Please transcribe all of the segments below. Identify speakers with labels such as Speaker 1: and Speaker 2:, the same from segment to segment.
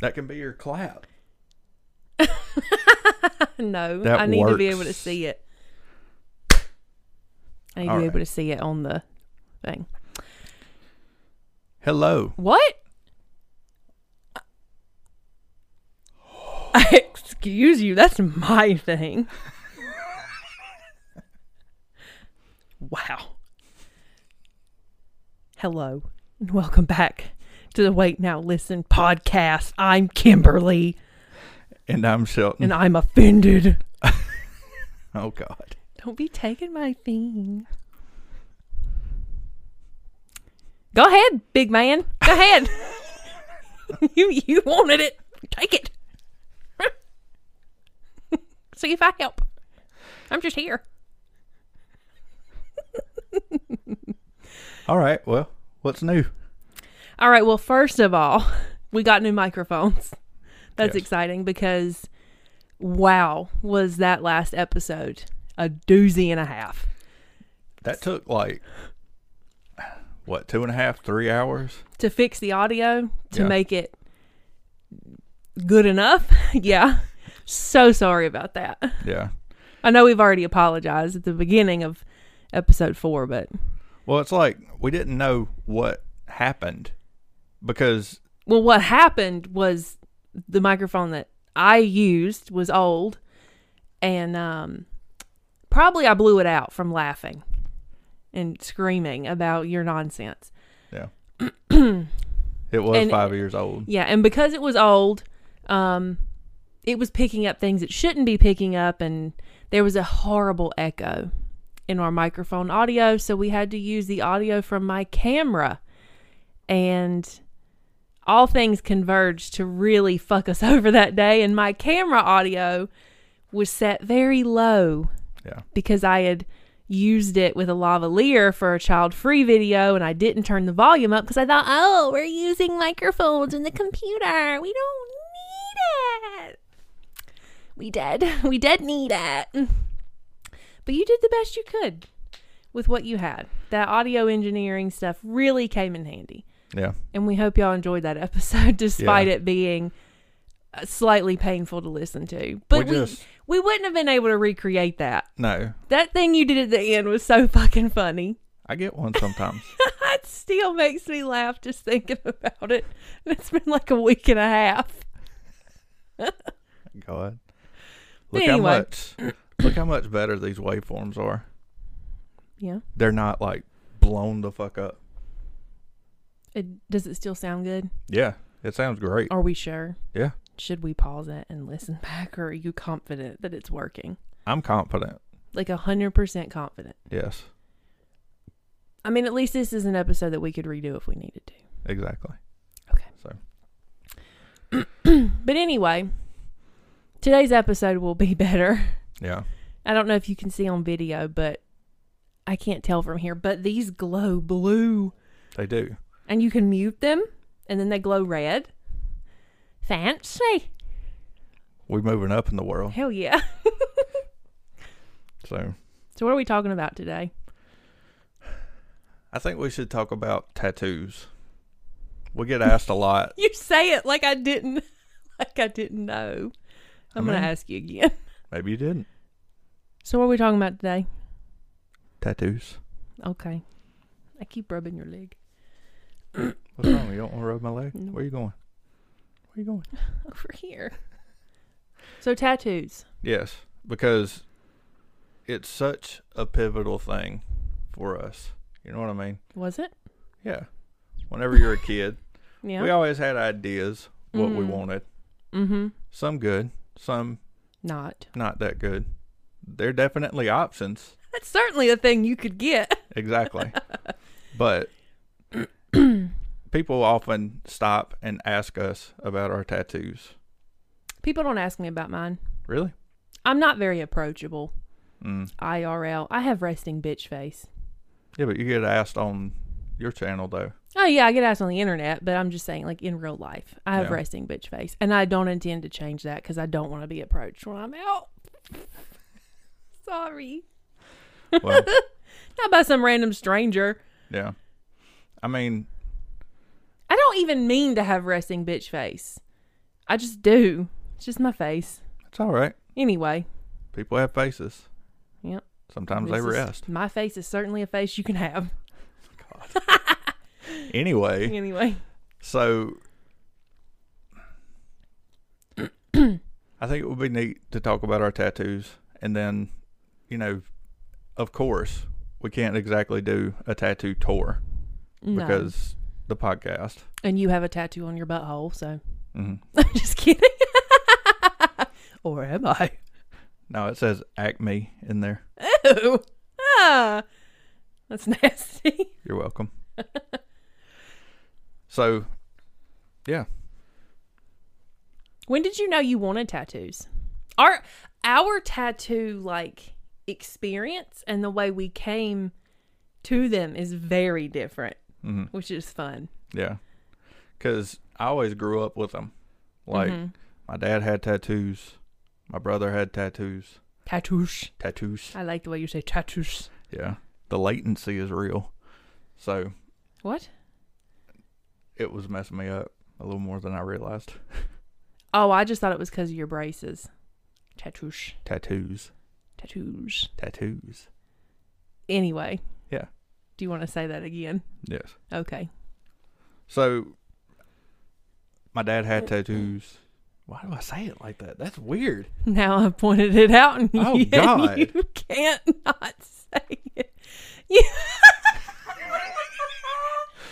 Speaker 1: That can be your clap.
Speaker 2: no,
Speaker 1: That
Speaker 2: I need to be able to
Speaker 1: works.
Speaker 2: see it. I need
Speaker 1: All
Speaker 2: to be able
Speaker 1: right.
Speaker 2: to see it on the thing.
Speaker 1: Hello.
Speaker 2: What? Excuse you, that's my thing. wow. Hello, and welcome back to the Wait Now Listen podcast. I'm Kimberly,
Speaker 1: And I'm Shelton.
Speaker 2: and I'm offended.
Speaker 1: oh, God.
Speaker 2: Don't be taking my thing. Go ahead, big man. Go ahead. you you wanted it. Take it. See if I help. I'm just here.
Speaker 1: All right. Well, what's new?
Speaker 2: All right, well, first of all, we got new microphones. That's
Speaker 1: Yes.
Speaker 2: exciting because wow, was that last episode a doozy and a half.
Speaker 1: That took like, what, two and a half, three hours?
Speaker 2: to fix the audio to
Speaker 1: Yeah.
Speaker 2: make it good enough. yeah. So sorry about that.
Speaker 1: Yeah.
Speaker 2: I know we've already apologized at the beginning of episode 4, but
Speaker 1: Well, it's like we didn't know what happened because,
Speaker 2: well what happened was the microphone that I used was old and um probably I blew it out from laughing and screaming about your nonsense.
Speaker 1: yeah, it was
Speaker 2: And-
Speaker 1: five years old.
Speaker 2: Yeah, and because it was old, um, it was picking up things it shouldn't be picking up, and there was a horrible echo in our microphone audio, so we had to use the audio from my camera, and all things converged to really fuck us over that day, and my camera audio was set very low
Speaker 1: Yeah.
Speaker 2: because I had used it with a lavalier for a child free video and I didn't turn the volume up because I thought, oh, we're using microphones in the computer. We don't need it. We did. We did need it. But you did the best you could with what you had. That audio engineering stuff really came in handy.
Speaker 1: Yeah.
Speaker 2: And we hope y'all enjoyed that episode despite it being uh, slightly painful to listen to. But we,
Speaker 1: just-
Speaker 2: we wouldn't have been able to recreate that
Speaker 1: No,
Speaker 2: that thing you did at the end was so fucking funny.
Speaker 1: I get one sometimes.
Speaker 2: It still makes me laugh just thinking about it. And It's been like a week and a half.
Speaker 1: God. Look how
Speaker 2: Anyway.
Speaker 1: much look how much better these waveforms are.
Speaker 2: Yeah.
Speaker 1: They're not like blown the fuck up.
Speaker 2: It, does it still sound good?
Speaker 1: Yeah. It sounds great.
Speaker 2: Are we sure?
Speaker 1: Yeah.
Speaker 2: Should we pause it and listen back, or are you confident that it's working?
Speaker 1: I'm confident.
Speaker 2: Like a hundred percent confident.
Speaker 1: Yes.
Speaker 2: I mean, at least this is an episode that we could redo if we needed to.
Speaker 1: Exactly.
Speaker 2: Okay.
Speaker 1: So
Speaker 2: But anyway, today's episode will be better.
Speaker 1: yeah.
Speaker 2: I don't know if you can see on video, but I can't tell from here. But these glow blue.
Speaker 1: They do.
Speaker 2: and you can mute them and then they glow red. Fancy.
Speaker 1: We're moving up in the world.
Speaker 2: Hell yeah.
Speaker 1: So
Speaker 2: So what are we talking about today?
Speaker 1: I think we should talk about tattoos. We get asked a lot.
Speaker 2: You say it like I didn't like I didn't know. I'm
Speaker 1: I
Speaker 2: gonna
Speaker 1: mean-
Speaker 2: ask you again.
Speaker 1: Maybe you didn't.
Speaker 2: So what are we talking about today?
Speaker 1: Tattoos.
Speaker 2: Okay. I keep rubbing your leg.
Speaker 1: What's wrong? You don't want to rub my leg?
Speaker 2: No.
Speaker 1: Where you going? Where you going?
Speaker 2: Over here. So tattoos.
Speaker 1: Yes, because it's such a pivotal thing for us. You know what I mean?
Speaker 2: Was it?
Speaker 1: Yeah. Whenever you're a kid,
Speaker 2: Yeah.
Speaker 1: we always had ideas what we
Speaker 2: Mhm.
Speaker 1: wanted.
Speaker 2: mm-hmm.
Speaker 1: Some good, some
Speaker 2: Not.
Speaker 1: not that good. They're definitely options.
Speaker 2: That's certainly a thing you could get.
Speaker 1: Exactly. but people often stop and ask us about our tattoos.
Speaker 2: People don't ask me about mine.
Speaker 1: Really?
Speaker 2: I'm not very approachable.
Speaker 1: Mm.
Speaker 2: IRL. I have resting bitch face.
Speaker 1: Yeah, but you get asked on your channel though.
Speaker 2: Oh yeah, I get asked on the internet, but I'm just saying, like in real life, I have
Speaker 1: Yeah.
Speaker 2: resting bitch face, and I don't intend to change that because I don't want to be approached when I'm out. Sorry,
Speaker 1: Well,
Speaker 2: not by some random stranger.
Speaker 1: yeah. I mean,
Speaker 2: I don't don't even mean to have resting bitch face. I just do. It's just my face.
Speaker 1: It's all right.
Speaker 2: Anyway,
Speaker 1: People have faces.
Speaker 2: Yep.
Speaker 1: Sometimes
Speaker 2: this
Speaker 1: they
Speaker 2: is-
Speaker 1: rest.
Speaker 2: my face is certainly a face you can have.
Speaker 1: Anyway,
Speaker 2: Anyway,
Speaker 1: so I think it would be neat to talk about our tattoos and then, you know, of course, we can't exactly do a tattoo tour
Speaker 2: no.
Speaker 1: because the podcast.
Speaker 2: and you have a tattoo on your butthole, so
Speaker 1: hmm
Speaker 2: I'm just kidding. or am I?
Speaker 1: No, it says Acme in there.
Speaker 2: Ew. Ah, that's nasty.
Speaker 1: You're welcome. so, yeah,
Speaker 2: When did you know you wanted tattoos? Our our tattoo like experience and the way we came to them is very different,
Speaker 1: Mhm.
Speaker 2: which is fun.
Speaker 1: yeah. Because I always grew up with them. Like,
Speaker 2: Mhm.
Speaker 1: my dad had tattoos. My brother had tattoos.
Speaker 2: tattoos.
Speaker 1: Tattoos.
Speaker 2: I like the way you say tattoos.
Speaker 1: Yeah. The latency is real. So,
Speaker 2: What?
Speaker 1: it was messing me up a little more than I realized.
Speaker 2: Oh, I just thought it was because of your braces. Tattoos.
Speaker 1: Tattoos.
Speaker 2: Tattoos.
Speaker 1: Tattoos.
Speaker 2: Anyway.
Speaker 1: Yeah.
Speaker 2: Do you want to say that again?
Speaker 1: Yes.
Speaker 2: Okay.
Speaker 1: So, my dad had tattoos. Why do I say it like that? That's weird.
Speaker 2: Now I pointed it out, and
Speaker 1: Oh,
Speaker 2: you,
Speaker 1: God.
Speaker 2: you can't not say it. You-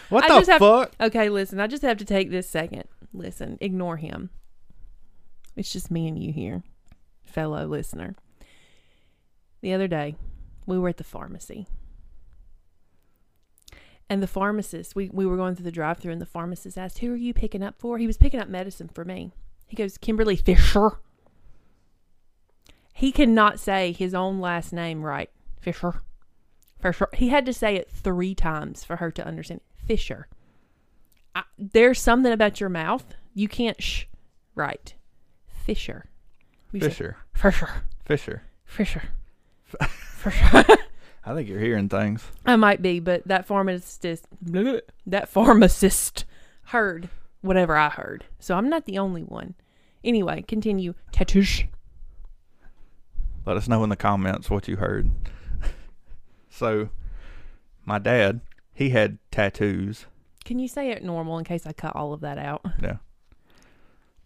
Speaker 1: What
Speaker 2: I
Speaker 1: the
Speaker 2: just have-
Speaker 1: fuck?
Speaker 2: okay, listen. I just have to take this second. Listen, ignore him. It's just me and you here, fellow listener. The other day, we were at the pharmacy, and the pharmacist we we were going through the drive-through, and the pharmacist asked, "Who are you picking up for?" He was picking up medicine for me. He goes, "Kimberly Fisher." He cannot say his own last name right. Fisher. For sure. He had to say it three times for her to understand. Fisher. I, there's something about your mouth. You can't sh right. Fisher. You say,
Speaker 1: Fisher.
Speaker 2: Fisher.
Speaker 1: Fisher.
Speaker 2: Fisher. Fisher.
Speaker 1: I think you're hearing things.
Speaker 2: I might be, but that pharmacist, that pharmacist heard whatever I heard. So I'm not the only one. Anyway, continue. Tattoos.
Speaker 1: Let us know in the comments what you heard. so, my dad, he had tattoos.
Speaker 2: Can you say it normal in case I cut all of that out?
Speaker 1: Yeah.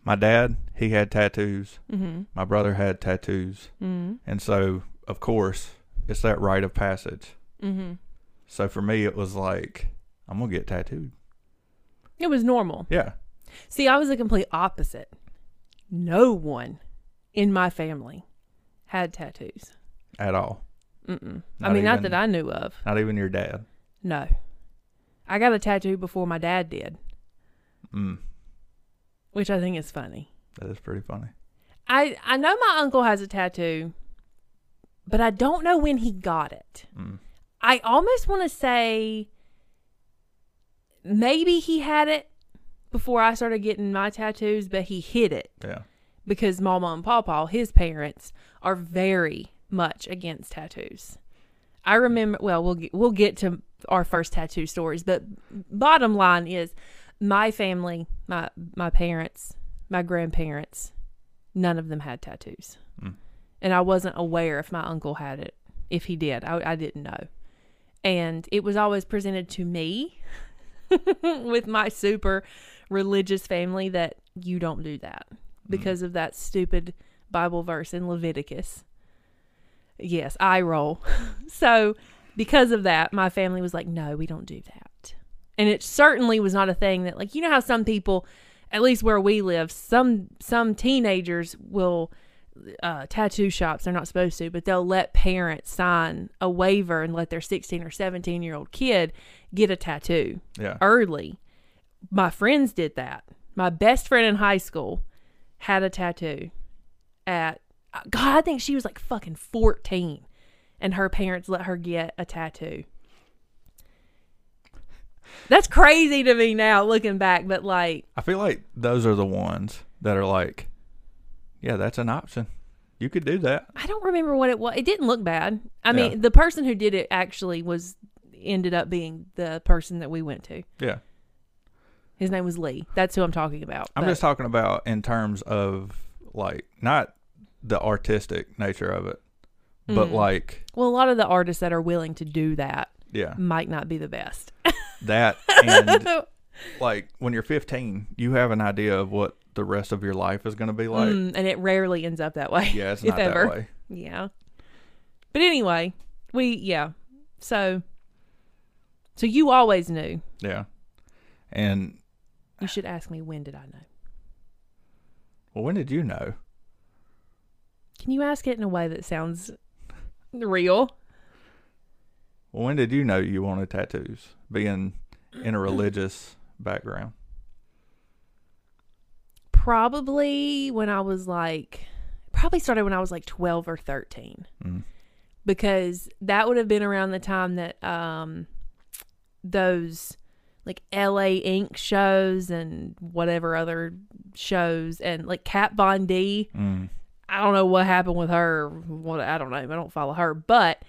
Speaker 1: My dad, he had tattoos.
Speaker 2: Mm-hmm.
Speaker 1: My brother had tattoos.
Speaker 2: Mm-hmm.
Speaker 1: And so, of course, it's that rite of passage.
Speaker 2: Mm-hmm.
Speaker 1: So, for me, it was like, I'm going to get tattooed.
Speaker 2: It was normal.
Speaker 1: Yeah.
Speaker 2: See, I was the complete opposite. No one in my family had tattoos.
Speaker 1: At all.
Speaker 2: Mm-mm. I
Speaker 1: Not
Speaker 2: mean, not
Speaker 1: even-
Speaker 2: that I knew of.
Speaker 1: Not even your dad.
Speaker 2: No. I got a tattoo before my dad did,
Speaker 1: Mm,
Speaker 2: which I think is funny.
Speaker 1: that is pretty funny.
Speaker 2: I, I know my uncle has a tattoo, but I don't know when he got it.
Speaker 1: Mm.
Speaker 2: I almost want to say maybe he had it before I started getting my tattoos, but he hid it.
Speaker 1: Yeah.
Speaker 2: because Mama and Pawpaw, his parents, are very much against tattoos. I remember. Well, we'll get, we'll get to our first tattoo stories, but bottom line is, my family, my my parents, my grandparents, none of them had tattoos,
Speaker 1: Mm.
Speaker 2: and I wasn't aware if my uncle had it. If he did, I, I didn't know, and it was always presented to me with my super religious family that you don't do that because of that stupid Bible verse in Leviticus. Yes, I roll. so, because of that, my family was like, no, we don't do that. And it certainly was not a thing that, like, you know how some people, at least where we live, some some teenagers will uh, tattoo shops. They're not supposed to, but they'll let parents sign a waiver and let their sixteen or seventeen year old kid get a tattoo
Speaker 1: Yeah.
Speaker 2: early. My friends did that. My best friend in high school had a tattoo at God, I think she was like fucking 14 and her parents let her get a tattoo. That's crazy to me now looking back, but like
Speaker 1: I feel like those are the ones that are like, yeah, that's an option. You could do that.
Speaker 2: I don't remember what it was. It didn't look bad. I
Speaker 1: Yeah.
Speaker 2: mean, the person who did it actually was ended up being the person that we went to.
Speaker 1: Yeah.
Speaker 2: His name was Lee. That's who I'm talking about.
Speaker 1: I'm
Speaker 2: but-
Speaker 1: just talking about in terms of like not the artistic nature of it, but
Speaker 2: Mhm.
Speaker 1: like
Speaker 2: well, a lot of the artists that are willing to do that
Speaker 1: yeah,
Speaker 2: might not be the best.
Speaker 1: that and like when you're 15, you have an idea of what the rest of your life is going to be like.
Speaker 2: Mm, and it rarely ends up that way.
Speaker 1: Yeah, it's
Speaker 2: if
Speaker 1: not that
Speaker 2: ever.
Speaker 1: way.
Speaker 2: Yeah. But anyway, we yeah. So so you always knew.
Speaker 1: Yeah, and
Speaker 2: You should ask me when did I know?
Speaker 1: well, when did you know?
Speaker 2: Can you ask it in a way that sounds real?
Speaker 1: Well, when did you know you wanted tattoos? Being
Speaker 2: Mm.
Speaker 1: in a religious background.
Speaker 2: Probably when I was like probably started when I was like 12 or 13
Speaker 1: Mm.
Speaker 2: because that would have been around the time that um those like LA Ink shows and whatever other shows and like Kat Von D
Speaker 1: Mm.
Speaker 2: I don't know what happened with her. What I don't know. I don't follow her. But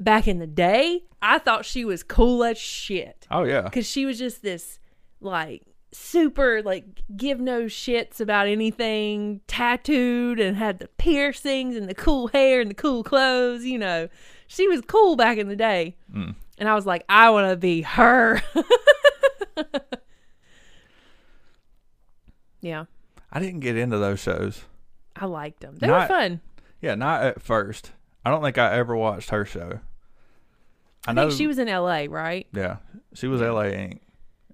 Speaker 2: back in the day, I thought she was cool as shit
Speaker 1: Oh yeah,
Speaker 2: because she was just this like super like give no shits about anything, tattooed and had the piercings and the cool hair and the cool clothes. You know, she was cool back in the day.
Speaker 1: Mm.
Speaker 2: And I was like, I want to be her. yeah,
Speaker 1: I didn't get into those shows.
Speaker 2: I liked them. They were
Speaker 1: Not-
Speaker 2: fun.
Speaker 1: Yeah, not at first. I don't think I ever watched her show.
Speaker 2: I, think she was in L.A. Right?
Speaker 1: Yeah, she was LA Inc.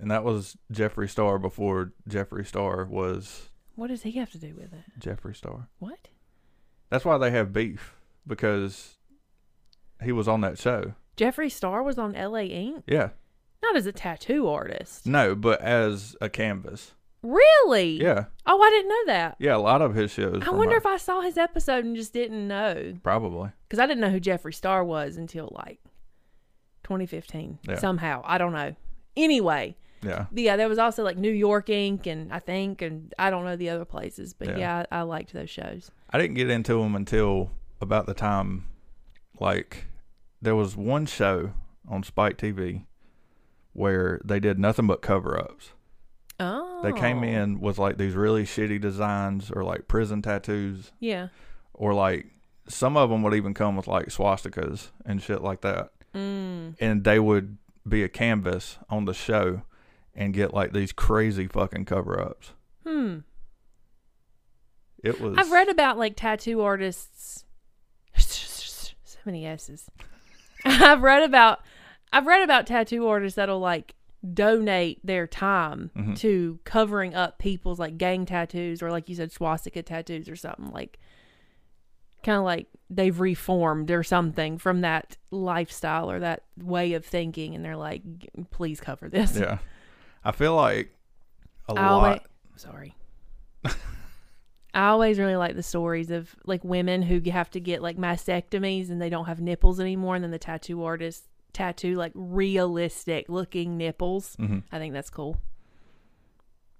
Speaker 1: And that was Jeffree Star before Jeffree Star was
Speaker 2: What does he have to do with it?
Speaker 1: Jeffree Star.
Speaker 2: What?
Speaker 1: That's why they have beef because he was on that show.
Speaker 2: Jeffree Star was on LA Inc.
Speaker 1: Yeah,
Speaker 2: Not as a tattoo artist.
Speaker 1: no, but as a canvas.
Speaker 2: Really?
Speaker 1: Yeah,
Speaker 2: Oh, I didn't know that.
Speaker 1: yeah. A lot of his shows.
Speaker 2: I wonder if I saw his episode and just didn't know
Speaker 1: probably.
Speaker 2: because I didn't know who Jeffree Star was until like 2015.
Speaker 1: Yeah.
Speaker 2: Somehow, I don't know. Anyway,
Speaker 1: Yeah,
Speaker 2: yeah, there was also like New York Inc. and I think, and I don't know the other places, but
Speaker 1: Yeah.
Speaker 2: yeah, I, I liked those shows.
Speaker 1: I didn't get into him until about the time, like, there was one show on Spike TV where they did nothing but cover ups.
Speaker 2: Oh,
Speaker 1: They came in with like these really shitty designs or like prison tattoos
Speaker 2: Yeah.
Speaker 1: or like some of them would even come with like swastikas and shit like that.
Speaker 2: Mm.
Speaker 1: And they would be a canvas on the show and get like these crazy fucking cover ups.
Speaker 2: Hmm.
Speaker 1: It was
Speaker 2: I've read about like tattoo artists. So many S's. I've read about. I've read about tattoo artists that'll like donate their time
Speaker 1: Mhm.
Speaker 2: to covering up people's like gang tattoos or like you said swastika tattoos or something like kind of like they've reformed or something from that lifestyle or that way of thinking and they're like please cover this.
Speaker 1: Yeah. I feel like a
Speaker 2: I
Speaker 1: lot
Speaker 2: always, sorry. I always really like the stories of like women who have to get like mastectomies and they don't have nipples anymore, and then the tattoo artist tattoo like realistic looking nipples.
Speaker 1: Mhm.
Speaker 2: I think that's cool,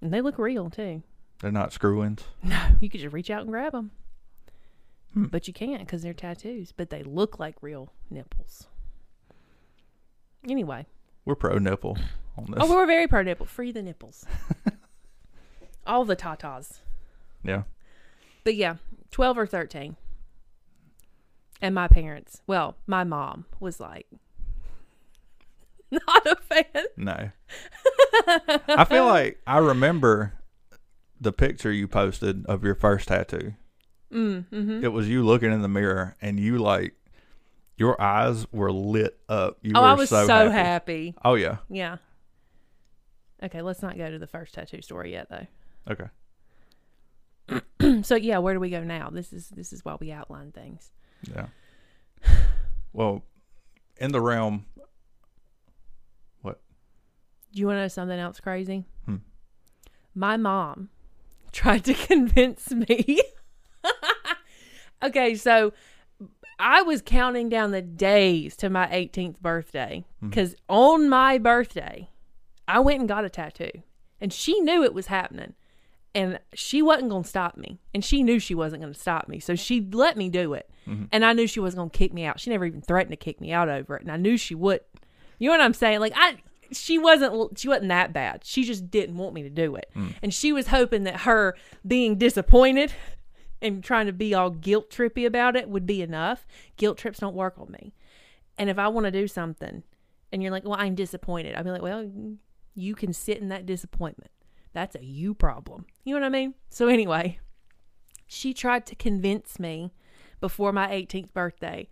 Speaker 2: and they look real too.
Speaker 1: they're not screw ins.
Speaker 2: No, you could just reach out and grab them,
Speaker 1: Hmm.
Speaker 2: but you can't because they're tattoos. But they look like real nipples. Anyway,
Speaker 1: We're pro nipple on this.
Speaker 2: oh, we were very pro nipple. Free the nipples. All the tatas.
Speaker 1: yeah.
Speaker 2: But yeah, 12 or 13. And my parents, well, my mom was like, not a fan.
Speaker 1: No. I feel like I remember the picture you posted of your first tattoo.
Speaker 2: Mm, hmm
Speaker 1: it was you looking in the mirror and you like your eyes were lit up. You
Speaker 2: Oh,
Speaker 1: were
Speaker 2: I was so, happy.
Speaker 1: Oh yeah.
Speaker 2: Yeah. Okay, let's not go to the first tattoo story yet, though.
Speaker 1: Okay.
Speaker 2: so yeah, where do we go now? This is this is why we outline things.
Speaker 1: Yeah. Well, in the realm
Speaker 2: Do you want to know something else crazy?
Speaker 1: Hmm.
Speaker 2: My mom tried to convince me. okay, so I was counting down the days to my 18th birthday because on my birthday, I went and got a tattoo and she knew it was happening and she wasn't going to stop me and she knew she wasn't going to stop me. So she let me do it and I knew she wasn't going to kick me out. She never even threatened to kick me out over it and I knew she would. You know what I'm saying? Like, I. she wasn't she wasn't that bad. She just didn't want me to do it. And she was hoping that her being disappointed and trying to be all guilt trippy about it would be enough. Guilt trips don't work on me. And if I want to do something and you're like, "Well, I'm disappointed." I'll be like, "Well, you can sit in that disappointment. That's a you problem." You know what I mean? So anyway, she tried to convince me before my 18th birthday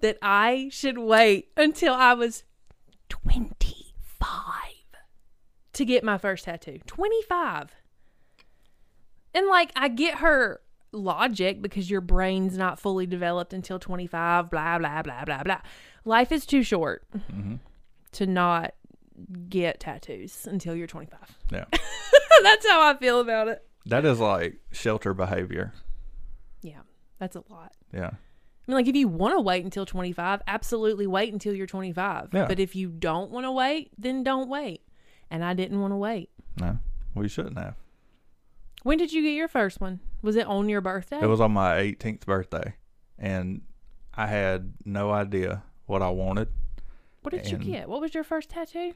Speaker 2: that I should wait until I was 25 to get my first tattoo. 25. And like, I get her logic because your brain's not fully developed until 25, blah, blah, blah, blah, blah. Life is too short to not get tattoos until you're 25.
Speaker 1: Yeah.
Speaker 2: That's how I feel about it.
Speaker 1: That is like shelter behavior.
Speaker 2: Yeah, that's a lot.
Speaker 1: Yeah.
Speaker 2: I mean, like if you want to wait until 25, absolutely wait until you're 25.
Speaker 1: Yeah.
Speaker 2: But if you don't want to wait, then don't wait. And I didn't want to wait.
Speaker 1: No. Well, you shouldn't have.
Speaker 2: When did you get your first one? Was it on your birthday?
Speaker 1: It was on my 18th birthday, and I had no idea what I wanted.
Speaker 2: what did you
Speaker 1: and-
Speaker 2: get? What was your first tattoo?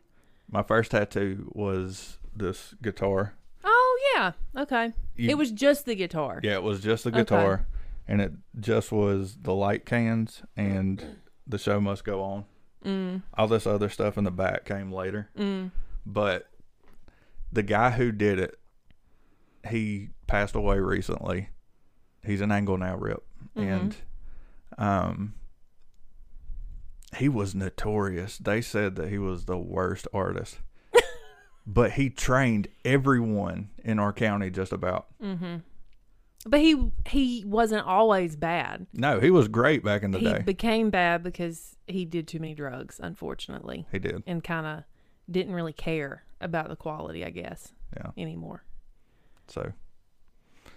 Speaker 1: My first tattoo was this guitar.
Speaker 2: Oh yeah, okay.
Speaker 1: You-
Speaker 2: it was just the guitar.
Speaker 1: Yeah, it was just the
Speaker 2: Okay.
Speaker 1: guitar, and it just was the light cans and the show must go on.
Speaker 2: Mm,
Speaker 1: All this other stuff in the back came later,
Speaker 2: mm.
Speaker 1: but the guy who did it, he passed away recently. He's an angle now rip,
Speaker 2: Mm-hmm.
Speaker 1: and um, he was notorious. They said that he was the worst artist, but he trained everyone in our county just about.
Speaker 2: But he he wasn't always bad.
Speaker 1: No, he was great back in the
Speaker 2: He
Speaker 1: day.
Speaker 2: became bad because he did too many drugs, unfortunately,
Speaker 1: he did.
Speaker 2: and kind of didn't really care about the quality, I guess,
Speaker 1: Yeah.
Speaker 2: anymore.
Speaker 1: So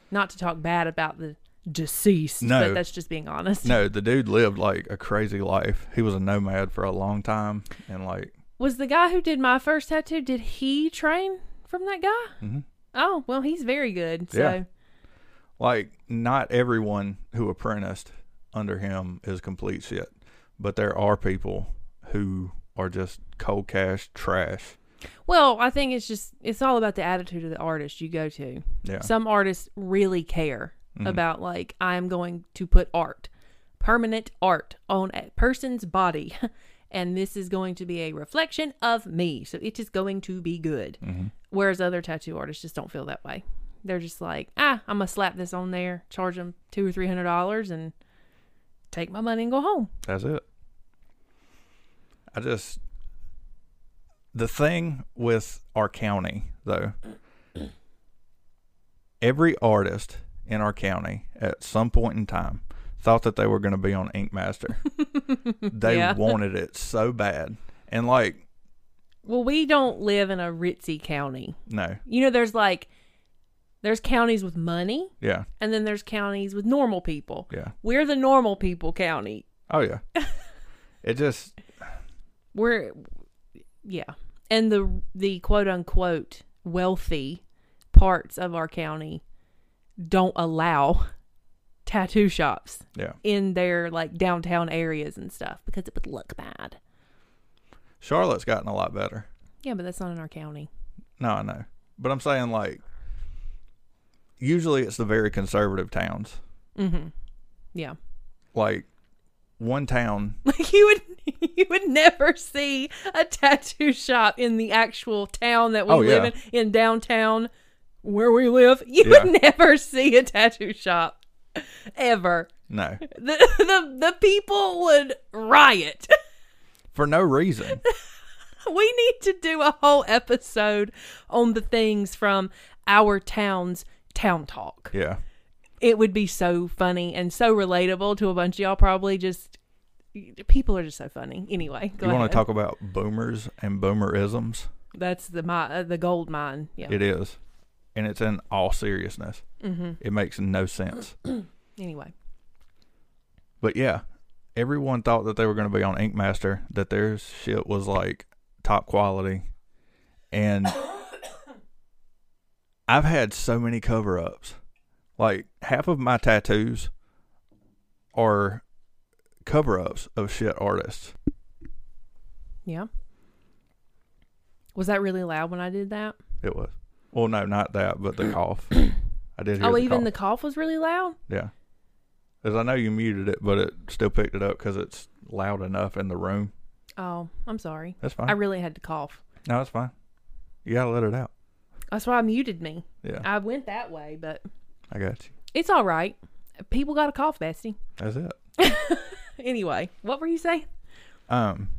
Speaker 2: Not to talk bad about the deceased,
Speaker 1: No.
Speaker 2: but that's just being honest.
Speaker 1: no, the dude lived like a crazy life. He was a nomad for a long time, and like
Speaker 2: Was the guy who did my first tattoo? Did he train from that guy?
Speaker 1: Mhm.
Speaker 2: Oh well, he's very good. So
Speaker 1: Yeah. like not everyone who apprenticed under him is complete shit, but there are people who are just cold cash trash.
Speaker 2: Well, I think it's just it's all about the attitude of the artist you go to.
Speaker 1: Yeah.
Speaker 2: Some artists really care about like I'm going to put art, permanent art on a person's body and this is going to be a reflection of me. So it is going to be good. Whereas other tattoo artists just don't feel that way. They're just like, "Ah, I'm going to slap this on there, charge them 2 or 300 dollars and take my money and go home."
Speaker 1: That's it. I just the thing with our county though. Every artist in our county at some point in time thought that they were going to be on Ink Master. they
Speaker 2: Yeah.
Speaker 1: wanted it so bad. And like,
Speaker 2: Well, we don't live in a ritzy county.
Speaker 1: no.
Speaker 2: You know, there's like there's counties with money
Speaker 1: Yeah.
Speaker 2: and then there's counties with normal people.
Speaker 1: Yeah.
Speaker 2: We're the normal people county.
Speaker 1: Oh yeah. it just
Speaker 2: We're yeah. And the the quote unquote wealthy parts of our county don't allow tattoo shops
Speaker 1: yeah.
Speaker 2: in their like downtown areas and stuff because it would look bad.
Speaker 1: Charlotte's gotten a lot better.
Speaker 2: Yeah, but that's not in our county.
Speaker 1: No, I know. But I'm saying like usually it's the very conservative towns.
Speaker 2: Mhm. Yeah.
Speaker 1: like one town
Speaker 2: Like you would you would never see a tattoo shop in the actual town that we
Speaker 1: Oh,
Speaker 2: live
Speaker 1: yeah.
Speaker 2: in in downtown where we live. You
Speaker 1: Yeah.
Speaker 2: would never see a tattoo shop ever.
Speaker 1: no
Speaker 2: The the the people would riot.
Speaker 1: for no reason
Speaker 2: We need to do a whole episode on the things from our town's town talk.
Speaker 1: yeah
Speaker 2: It would be so funny and so relatable to a bunch of y'all probably just people are just so funny. Anyway, go
Speaker 1: you want
Speaker 2: ahead.
Speaker 1: to talk about boomers and boomerisms
Speaker 2: That's the my uh, the gold mine. Yeah.
Speaker 1: it is and it's in all seriousness mm-hmm. it makes no sense
Speaker 2: Anyway,
Speaker 1: but yeah everyone thought that they were going to be on ink master that their shit was like top quality and i've had so many cover-ups like half of my tattoos are cover-ups of shit artists
Speaker 2: yeah. Was that really loud when I did that?
Speaker 1: It was. Well, no, not that, but the cough. I did hear.
Speaker 2: oh,
Speaker 1: the
Speaker 2: even
Speaker 1: cough.
Speaker 2: the cough was really loud?
Speaker 1: Yeah. As I know you muted it, but it still picked it up because it's loud enough in the room.
Speaker 2: Oh, I'm sorry.
Speaker 1: That's fine.
Speaker 2: I really had to cough.
Speaker 1: no, it's fine. You gotta let it out.
Speaker 2: That's why I muted me.
Speaker 1: Yeah,
Speaker 2: I went that way, but
Speaker 1: I got you.
Speaker 2: it's all right. People got a cough, Bessie.
Speaker 1: That's it.
Speaker 2: Anyway, what were you saying?
Speaker 1: Um.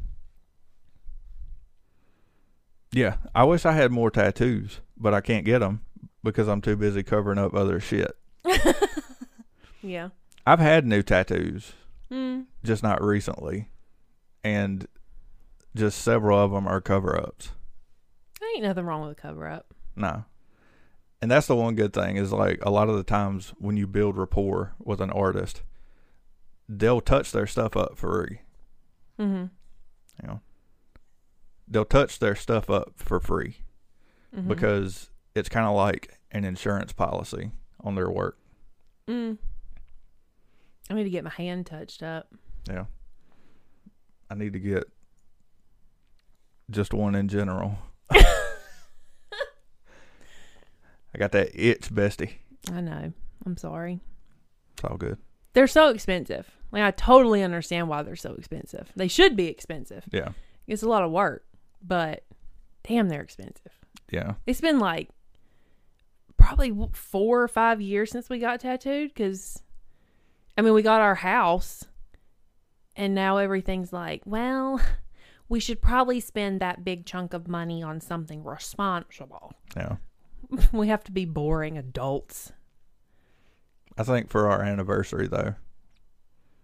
Speaker 1: Yeah, I wish I had more tattoos, but I can't get them because I'm too busy covering up other shit.
Speaker 2: Yeah.
Speaker 1: I've had new tattoos,
Speaker 2: Mm.
Speaker 1: just not recently, and just several of them are cover ups.
Speaker 2: Ain't nothing wrong with a cover up.
Speaker 1: No. And that's the one good thing is like a lot of the times when you build rapport with an artist, they'll touch their stuff up for free.
Speaker 2: Mm-hmm.
Speaker 1: You know, they'll touch their stuff up for free
Speaker 2: Mm-hmm.
Speaker 1: because it's kind of like an insurance policy on their work.
Speaker 2: Mm. I need to get my hand touched up.
Speaker 1: Yeah. I need to get just one in general. I got that itch, bestie.
Speaker 2: I know. I'm sorry.
Speaker 1: It's all good.
Speaker 2: They're so expensive. Like I totally understand why they're so expensive. They should be expensive.
Speaker 1: Yeah.
Speaker 2: It's a lot of work, but damn, they're expensive.
Speaker 1: Yeah.
Speaker 2: It's been like probably w- four or five years since we got tattooed because, I mean, we got our house and now everything's like, well, we should probably spend that big chunk of money on something responsible.
Speaker 1: Yeah.
Speaker 2: we have to be boring adults.
Speaker 1: I think for our anniversary though,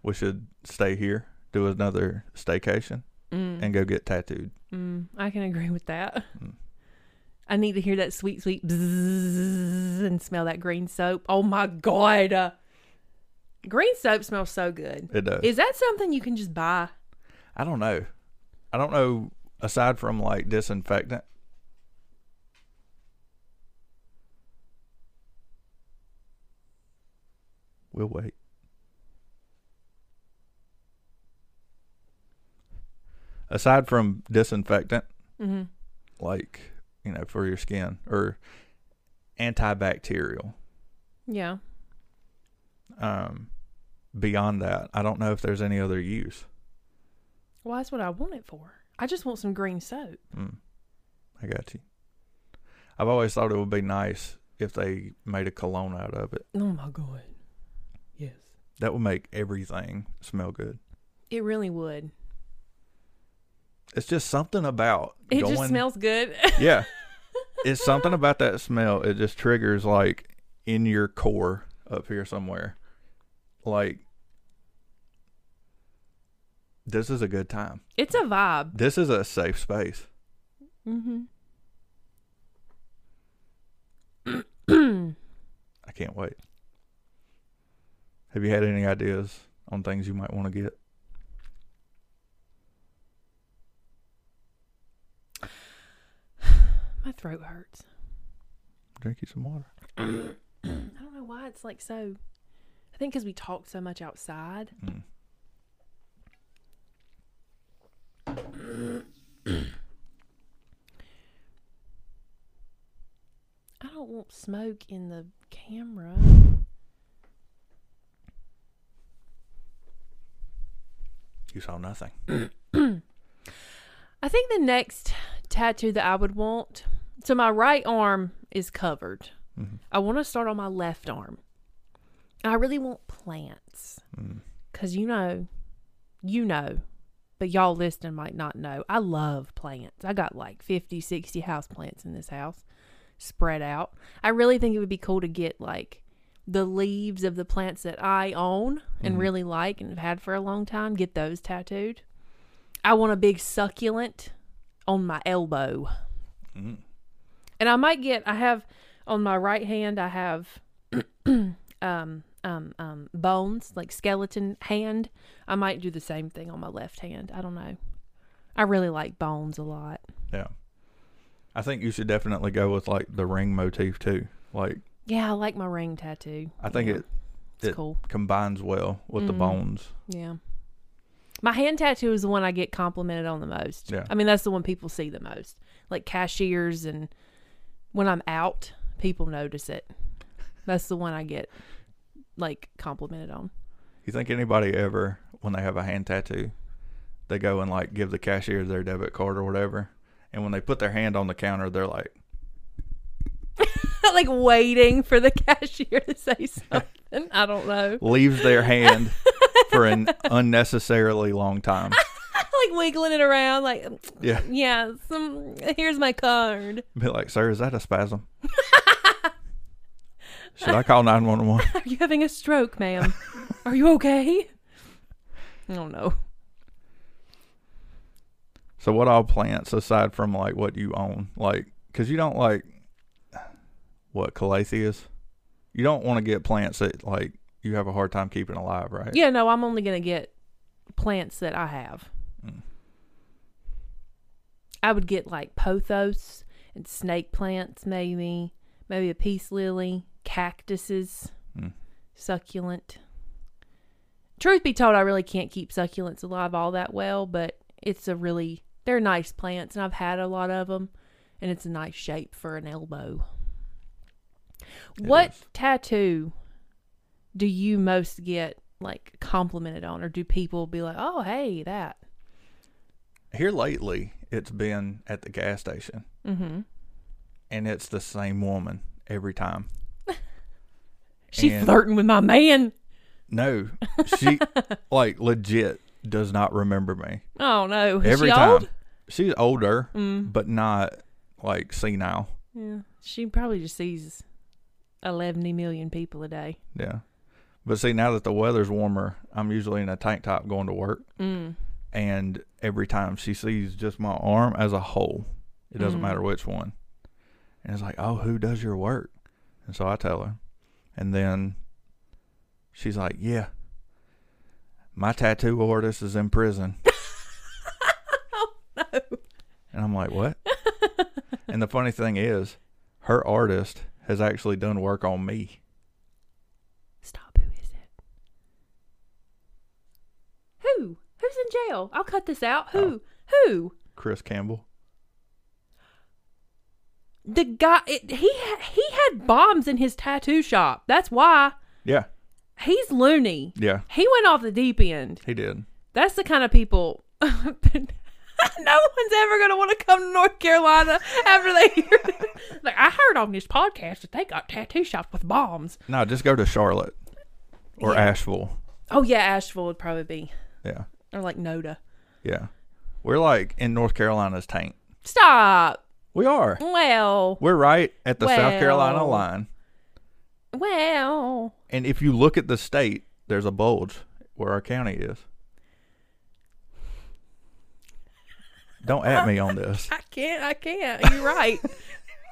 Speaker 1: we should stay here, do another staycation,
Speaker 2: Mm.
Speaker 1: and go get tattooed.
Speaker 2: Mm, I can agree with that. I need to hear that sweet, sweet bzzz and smell that green soap. Oh my God. Uh, green soap smells so good.
Speaker 1: It does.
Speaker 2: Is that something you can just buy?
Speaker 1: I don't know. I don't know. Aside from like disinfectant, we'll wait. Aside from disinfectant,
Speaker 2: Mhm.
Speaker 1: like you know, for your skin or antibacterial.
Speaker 2: Yeah.
Speaker 1: um, beyond that, I don't know if there's any other use.
Speaker 2: Well, that's what I want it for. I just want some green soap.
Speaker 1: Hmm. I got you. I've always thought it would be nice if they made a cologne out of it.
Speaker 2: Oh my God. Yes.
Speaker 1: That would make everything smell good.
Speaker 2: It really would.
Speaker 1: It's just something about
Speaker 2: It
Speaker 1: going.
Speaker 2: just smells good.
Speaker 1: Yeah, it's something about that smell. It just triggers like in your core up here somewhere. Like this is a good time.
Speaker 2: it's a vibe.
Speaker 1: This is a safe space.
Speaker 2: Mm-hmm.
Speaker 1: I can't wait. Have you had any ideas on things you might want to get?
Speaker 2: My throat hurts.
Speaker 1: Drink you some water.
Speaker 2: I don't know why it's like so. I think because we talked so much outside.
Speaker 1: Mm.
Speaker 2: I don't want smoke in the camera.
Speaker 1: You saw nothing.
Speaker 2: I think the next tattoo that I would want. So my right arm is covered.
Speaker 1: Mhm.
Speaker 2: I want to start on my left arm. And I really want plants.
Speaker 1: Mm.
Speaker 2: Because you know, you know, but y'all listening might not know. I love plants. I got like 50, 60 house plants in this house spread out. I really think it would be cool to get like the leaves of the plants that I own and really like and have had for a long time, get those tattooed. I want a big succulent on my elbow.
Speaker 1: Mm.
Speaker 2: And I might get I have on my right hand I have um um um bones, like skeleton hand. I might do the same thing on my left hand. I don't know. I really like bones a lot.
Speaker 1: Yeah. I think you should definitely go with like the ring motif too. Like
Speaker 2: Yeah, I like my ring tattoo.
Speaker 1: I think
Speaker 2: Yeah,
Speaker 1: it
Speaker 2: it's
Speaker 1: it-
Speaker 2: cool.
Speaker 1: combines well with the bones.
Speaker 2: Yeah. My hand tattoo is the one I get complimented on the most.
Speaker 1: Yeah.
Speaker 2: I mean, that's the one people see the most. like cashiers and when I'm out, people notice it. That's the one I get like complimented on.
Speaker 1: You think anybody ever, when they have a hand tattoo, they go and like give the cashier their debit card or whatever, and when they put their hand on the counter, they're like,
Speaker 2: like waiting for the cashier to say something. I don't know.
Speaker 1: leaves their hand for an unnecessarily long time.
Speaker 2: like wiggling it around like
Speaker 1: Yeah.
Speaker 2: yeah, some here's my card.
Speaker 1: Be like, sir, is that a spasm? Should I call 911?
Speaker 2: Are you having a stroke, ma'am? Are you okay? I don't know.
Speaker 1: So, what all plants aside from like what you own? Like, because you don't like what calatheas? You don't want to get plants that like you have a hard time keeping alive, right?
Speaker 2: Yeah, no, I'm only gonna get plants that I have.
Speaker 1: Mm.
Speaker 2: I would get like pothos and snake plants, maybe, maybe a peace lily, cactuses,
Speaker 1: Mm.
Speaker 2: succulent. Truth be told, I really can't keep succulents alive all that well, but it's a really they're nice plants, and I've had a lot of them, and it's a nice shape for an elbow.
Speaker 1: It
Speaker 2: what
Speaker 1: is.
Speaker 2: tattoo do you most get like complimented on, or do people be like, "Oh, hey, that"?
Speaker 1: Here lately, it's been at the gas station,
Speaker 2: Mm-hmm.
Speaker 1: and it's the same woman every time.
Speaker 2: She
Speaker 1: And-
Speaker 2: flirting with my man.
Speaker 1: No, she like legit does not remember me.
Speaker 2: Oh no, Is
Speaker 1: Every
Speaker 2: she
Speaker 1: time
Speaker 2: old?
Speaker 1: she's older,
Speaker 2: Mm.
Speaker 1: but not like senile.
Speaker 2: Yeah, she probably just sees eleven million people a day.
Speaker 1: Yeah, but see now that the weather's warmer, I'm usually in a tank top going to work,
Speaker 2: Mm.
Speaker 1: and every time she sees just my arm as a whole, it doesn't
Speaker 2: Mhm.
Speaker 1: matter which one, and it's like, oh, who does your work? And so I tell her, and then she's like, yeah, my tattoo artist is in prison.
Speaker 2: oh no.
Speaker 1: And I'm like, what? and the funny thing is, her artist has actually done work on me.
Speaker 2: Stop. Who is it? Who? Who's in jail? I'll cut this out. Who? Who?
Speaker 1: Chris Campbell.
Speaker 2: The guy. It, he ha- he had bombs in his tattoo shop. That's why
Speaker 1: Yeah.
Speaker 2: he's loony.
Speaker 1: Yeah.
Speaker 2: He went off the deep end.
Speaker 1: He did.
Speaker 2: That's the kind of people. no one's ever going to want to come to North Carolina after they hear. like I heard on this podcast that they got tattoo shops with bombs.
Speaker 1: No, just go to Charlotte or
Speaker 2: Yeah.
Speaker 1: Asheville.
Speaker 2: Oh yeah, Asheville would probably be
Speaker 1: Yeah.
Speaker 2: or like Noda.
Speaker 1: Yeah. We're like in North Carolina's tank.
Speaker 2: Stop.
Speaker 1: We are.
Speaker 2: Well,
Speaker 1: We're right at the South Carolina
Speaker 2: Well.
Speaker 1: line.
Speaker 2: well.
Speaker 1: And if you look at the state, there's a bulge where our county is. Don't at me on this.
Speaker 2: I can't. I can't. You're right.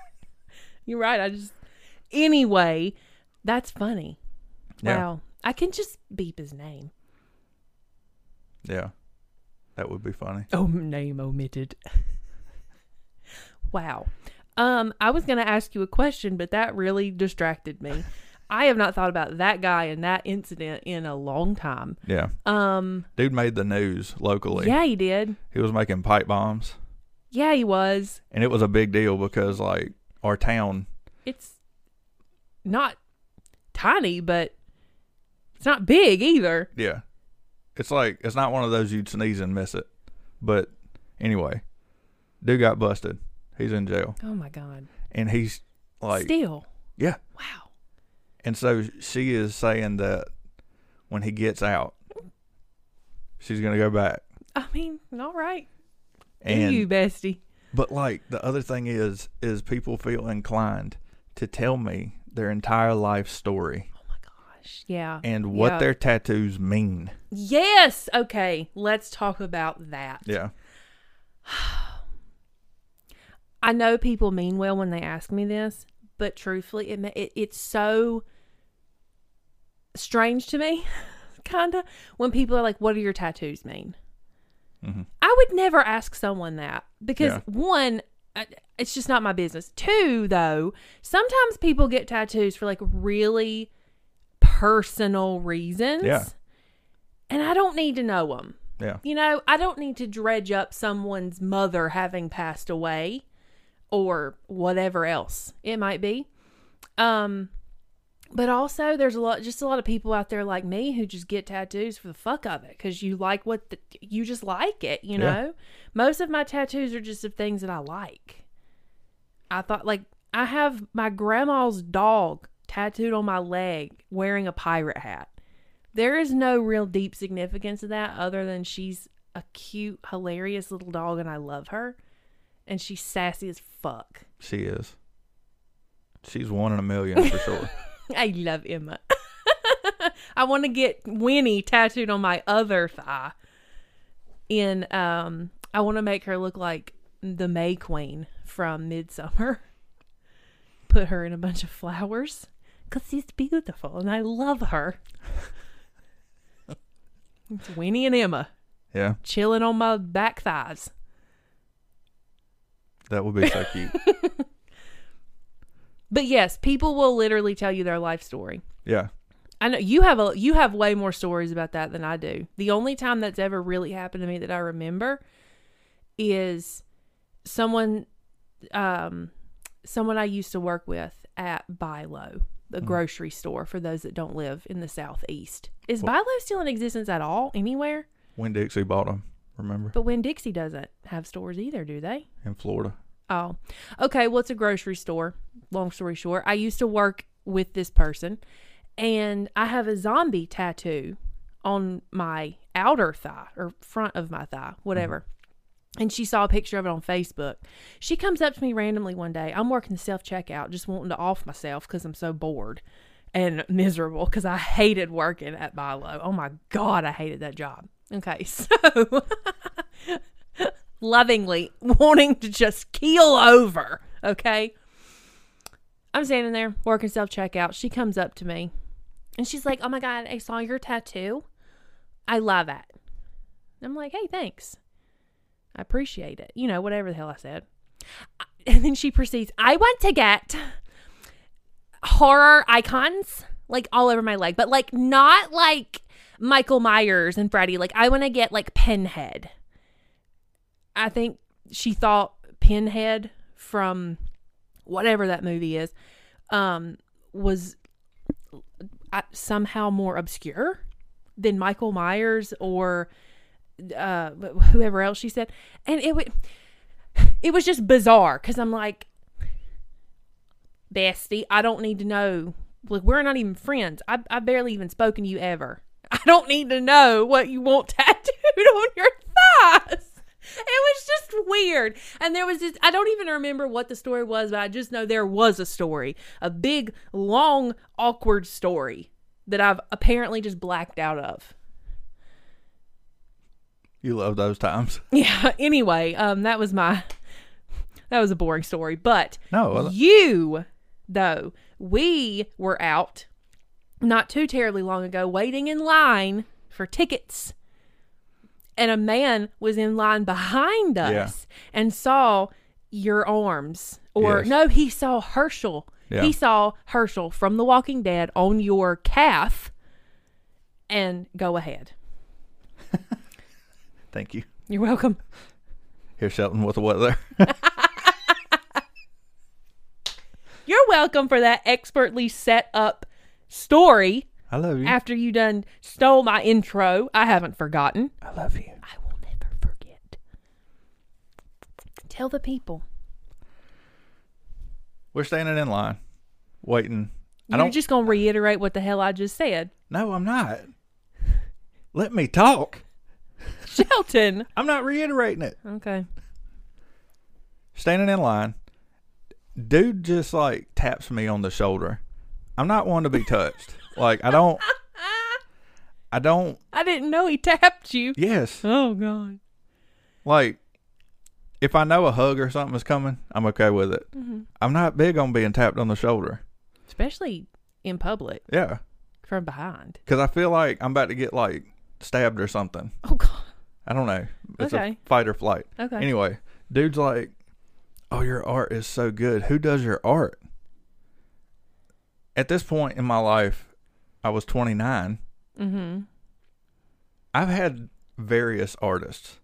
Speaker 2: You're right. I just. Anyway, that's funny.
Speaker 1: Yeah.
Speaker 2: Wow. I can just beep his name.
Speaker 1: Yeah. That would be funny.
Speaker 2: Oh, name omitted. wow. Um, I was going to ask you a question, but that really distracted me. I have not thought about that guy and that incident in a long time.
Speaker 1: Yeah.
Speaker 2: Um,
Speaker 1: Dude made the news locally.
Speaker 2: yeah, he did.
Speaker 1: He was making pipe bombs,
Speaker 2: Yeah, he was.
Speaker 1: and it was a big deal because like our town,
Speaker 2: It's not tiny, but it's not big either.
Speaker 1: yeah, it's like it's not one of those you'd sneeze and miss it. But anyway, dude got busted. He's in jail,
Speaker 2: Oh my god.
Speaker 1: and he's like,
Speaker 2: Still.
Speaker 1: yeah.
Speaker 2: Wow.
Speaker 1: And so she is saying that when he gets out, she's gonna go back.
Speaker 2: I mean, all right.
Speaker 1: And
Speaker 2: you bestie.
Speaker 1: But like the other thing is, is people feel inclined to tell me their entire life story
Speaker 2: Oh my gosh. Yeah.
Speaker 1: and what
Speaker 2: Yeah.
Speaker 1: their tattoos mean.
Speaker 2: Yes. Okay. Let's talk about that.
Speaker 1: Yeah.
Speaker 2: I know people mean well when they ask me this, but truthfully, it, ma- it it's so strange to me, kinda, when people are like, "What do your tattoos mean?"
Speaker 1: Mhm.
Speaker 2: I would never ask someone that because
Speaker 1: Yeah.
Speaker 2: one, I- it's just not my business. Two, though, sometimes people get tattoos for like really personal reasons,
Speaker 1: Yeah.
Speaker 2: and I don't need to know them.
Speaker 1: Yeah.
Speaker 2: You know, I don't need to dredge up someone's mother having passed away or whatever else it might be. Um, but also there's a lot, just a lot of people out there like me who just get tattoos for the fuck of it because you like what the, you just like it, you
Speaker 1: Yeah.
Speaker 2: know. Most of my tattoos are just of things that I like. I thought like I have my grandma's dog tattooed on my leg wearing a pirate hat. There is no real deep significance of that other than she's a cute, hilarious little dog and I love her. And she's sassy as fuck.
Speaker 1: She is. She's one in a million for sure.
Speaker 2: I love Emma. I want to get Winnie tattooed on my other thigh. In um, I want to make her look like the May Queen from Midsummer. Put her in a bunch of flowers because she's beautiful and I love her. it's Winnie and Emma
Speaker 1: Yeah,
Speaker 2: chilling on my back thighs.
Speaker 1: that would be so cute.
Speaker 2: But yes, people will literally tell you their life story.
Speaker 1: Yeah,
Speaker 2: I know you have a you have way more stories about that than I do. The only time that's ever really happened to me that I remember is someone um someone I used to work with at Bilo, the grocery store for those that don't live in the southeast. Is Bilo still in existence at all anywhere?
Speaker 1: when Dixie bought them, remember
Speaker 2: But when Dixie doesn't have stores either, do they?
Speaker 1: in Florida.
Speaker 2: Oh, okay. Well, it's a grocery store. Long story short, I used to work with this person, and I have a zombie tattoo on my outer thigh or front of my thigh, whatever. And she saw a picture of it on Facebook. She comes up to me randomly one day. I'm working the self checkout, just wanting to off myself because I'm so bored and miserable because I hated working at Bilo. Oh my God, I hated that job. Okay, so lovingly wanting to just keel over. Okay. I'm standing there working self checkout. She comes up to me and she's like, Oh my God, I saw your tattoo. I love it. I'm like, Hey, thanks. I appreciate it. You know, whatever the hell I said. And then she proceeds, I want to get horror icons like all over my leg, but like not like Michael Myers and Freddy. Like, I want to get like Pinhead. I think she thought Pinhead from whatever that movie is um, was uh, somehow more obscure than Michael Myers or uh, whoever else she said, and it w- it was just bizarre because I'm like, bestie, I don't need to know. Like we're not even friends. I I barely even spoken to you ever. I don't need to know what you want tattooed on your thighs. It was just weird. And there was just I don't even remember what the story was, but I just know there was a story. A big, long, awkward story that I've apparently just blacked out of.
Speaker 1: You love those times.
Speaker 2: Yeah, anyway, um that was my that was a boring story, but
Speaker 1: No, well,
Speaker 2: you, though, we were out not too terribly long ago waiting in line for tickets. And a man was in line behind us and saw your arms. Or
Speaker 1: Yes.
Speaker 2: no, he saw Herschel.
Speaker 1: Yeah.
Speaker 2: He saw Herschel from The Walking Dead on your calf and go ahead.
Speaker 1: thank you.
Speaker 2: You're welcome.
Speaker 1: Here's Shelton with the weather.
Speaker 2: You're welcome for that expertly set up story.
Speaker 1: I love you.
Speaker 2: after you done stole my intro. I haven't forgotten.
Speaker 1: I love you.
Speaker 2: I will never forget. Tell the people.
Speaker 1: We're standing in line, waiting. I
Speaker 2: You're
Speaker 1: don't.
Speaker 2: just gonna reiterate what the hell I just said.
Speaker 1: No, I'm not. Let me talk.
Speaker 2: Shelton.
Speaker 1: I'm not reiterating it.
Speaker 2: Okay.
Speaker 1: standing in line. Dude just like taps me on the shoulder. I'm not one to be touched. like I don't I don't
Speaker 2: I didn't know he tapped you.
Speaker 1: yes.
Speaker 2: Oh god.
Speaker 1: Like if I know a hug or something is coming, I'm okay with it.
Speaker 2: Mm-hmm.
Speaker 1: I'm not big on being tapped on the shoulder.
Speaker 2: Especially in public
Speaker 1: Yeah,
Speaker 2: from behind.
Speaker 1: cuz I feel like I'm about to get like stabbed or something.
Speaker 2: Oh god.
Speaker 1: I don't know. It's
Speaker 2: Okay.
Speaker 1: a fight or flight.
Speaker 2: Okay.
Speaker 1: Anyway, dude's like, "Oh, your art is so good. Who does your art?" At this point in my life, I was 29.
Speaker 2: Mm-hmm.
Speaker 1: I've had various artists.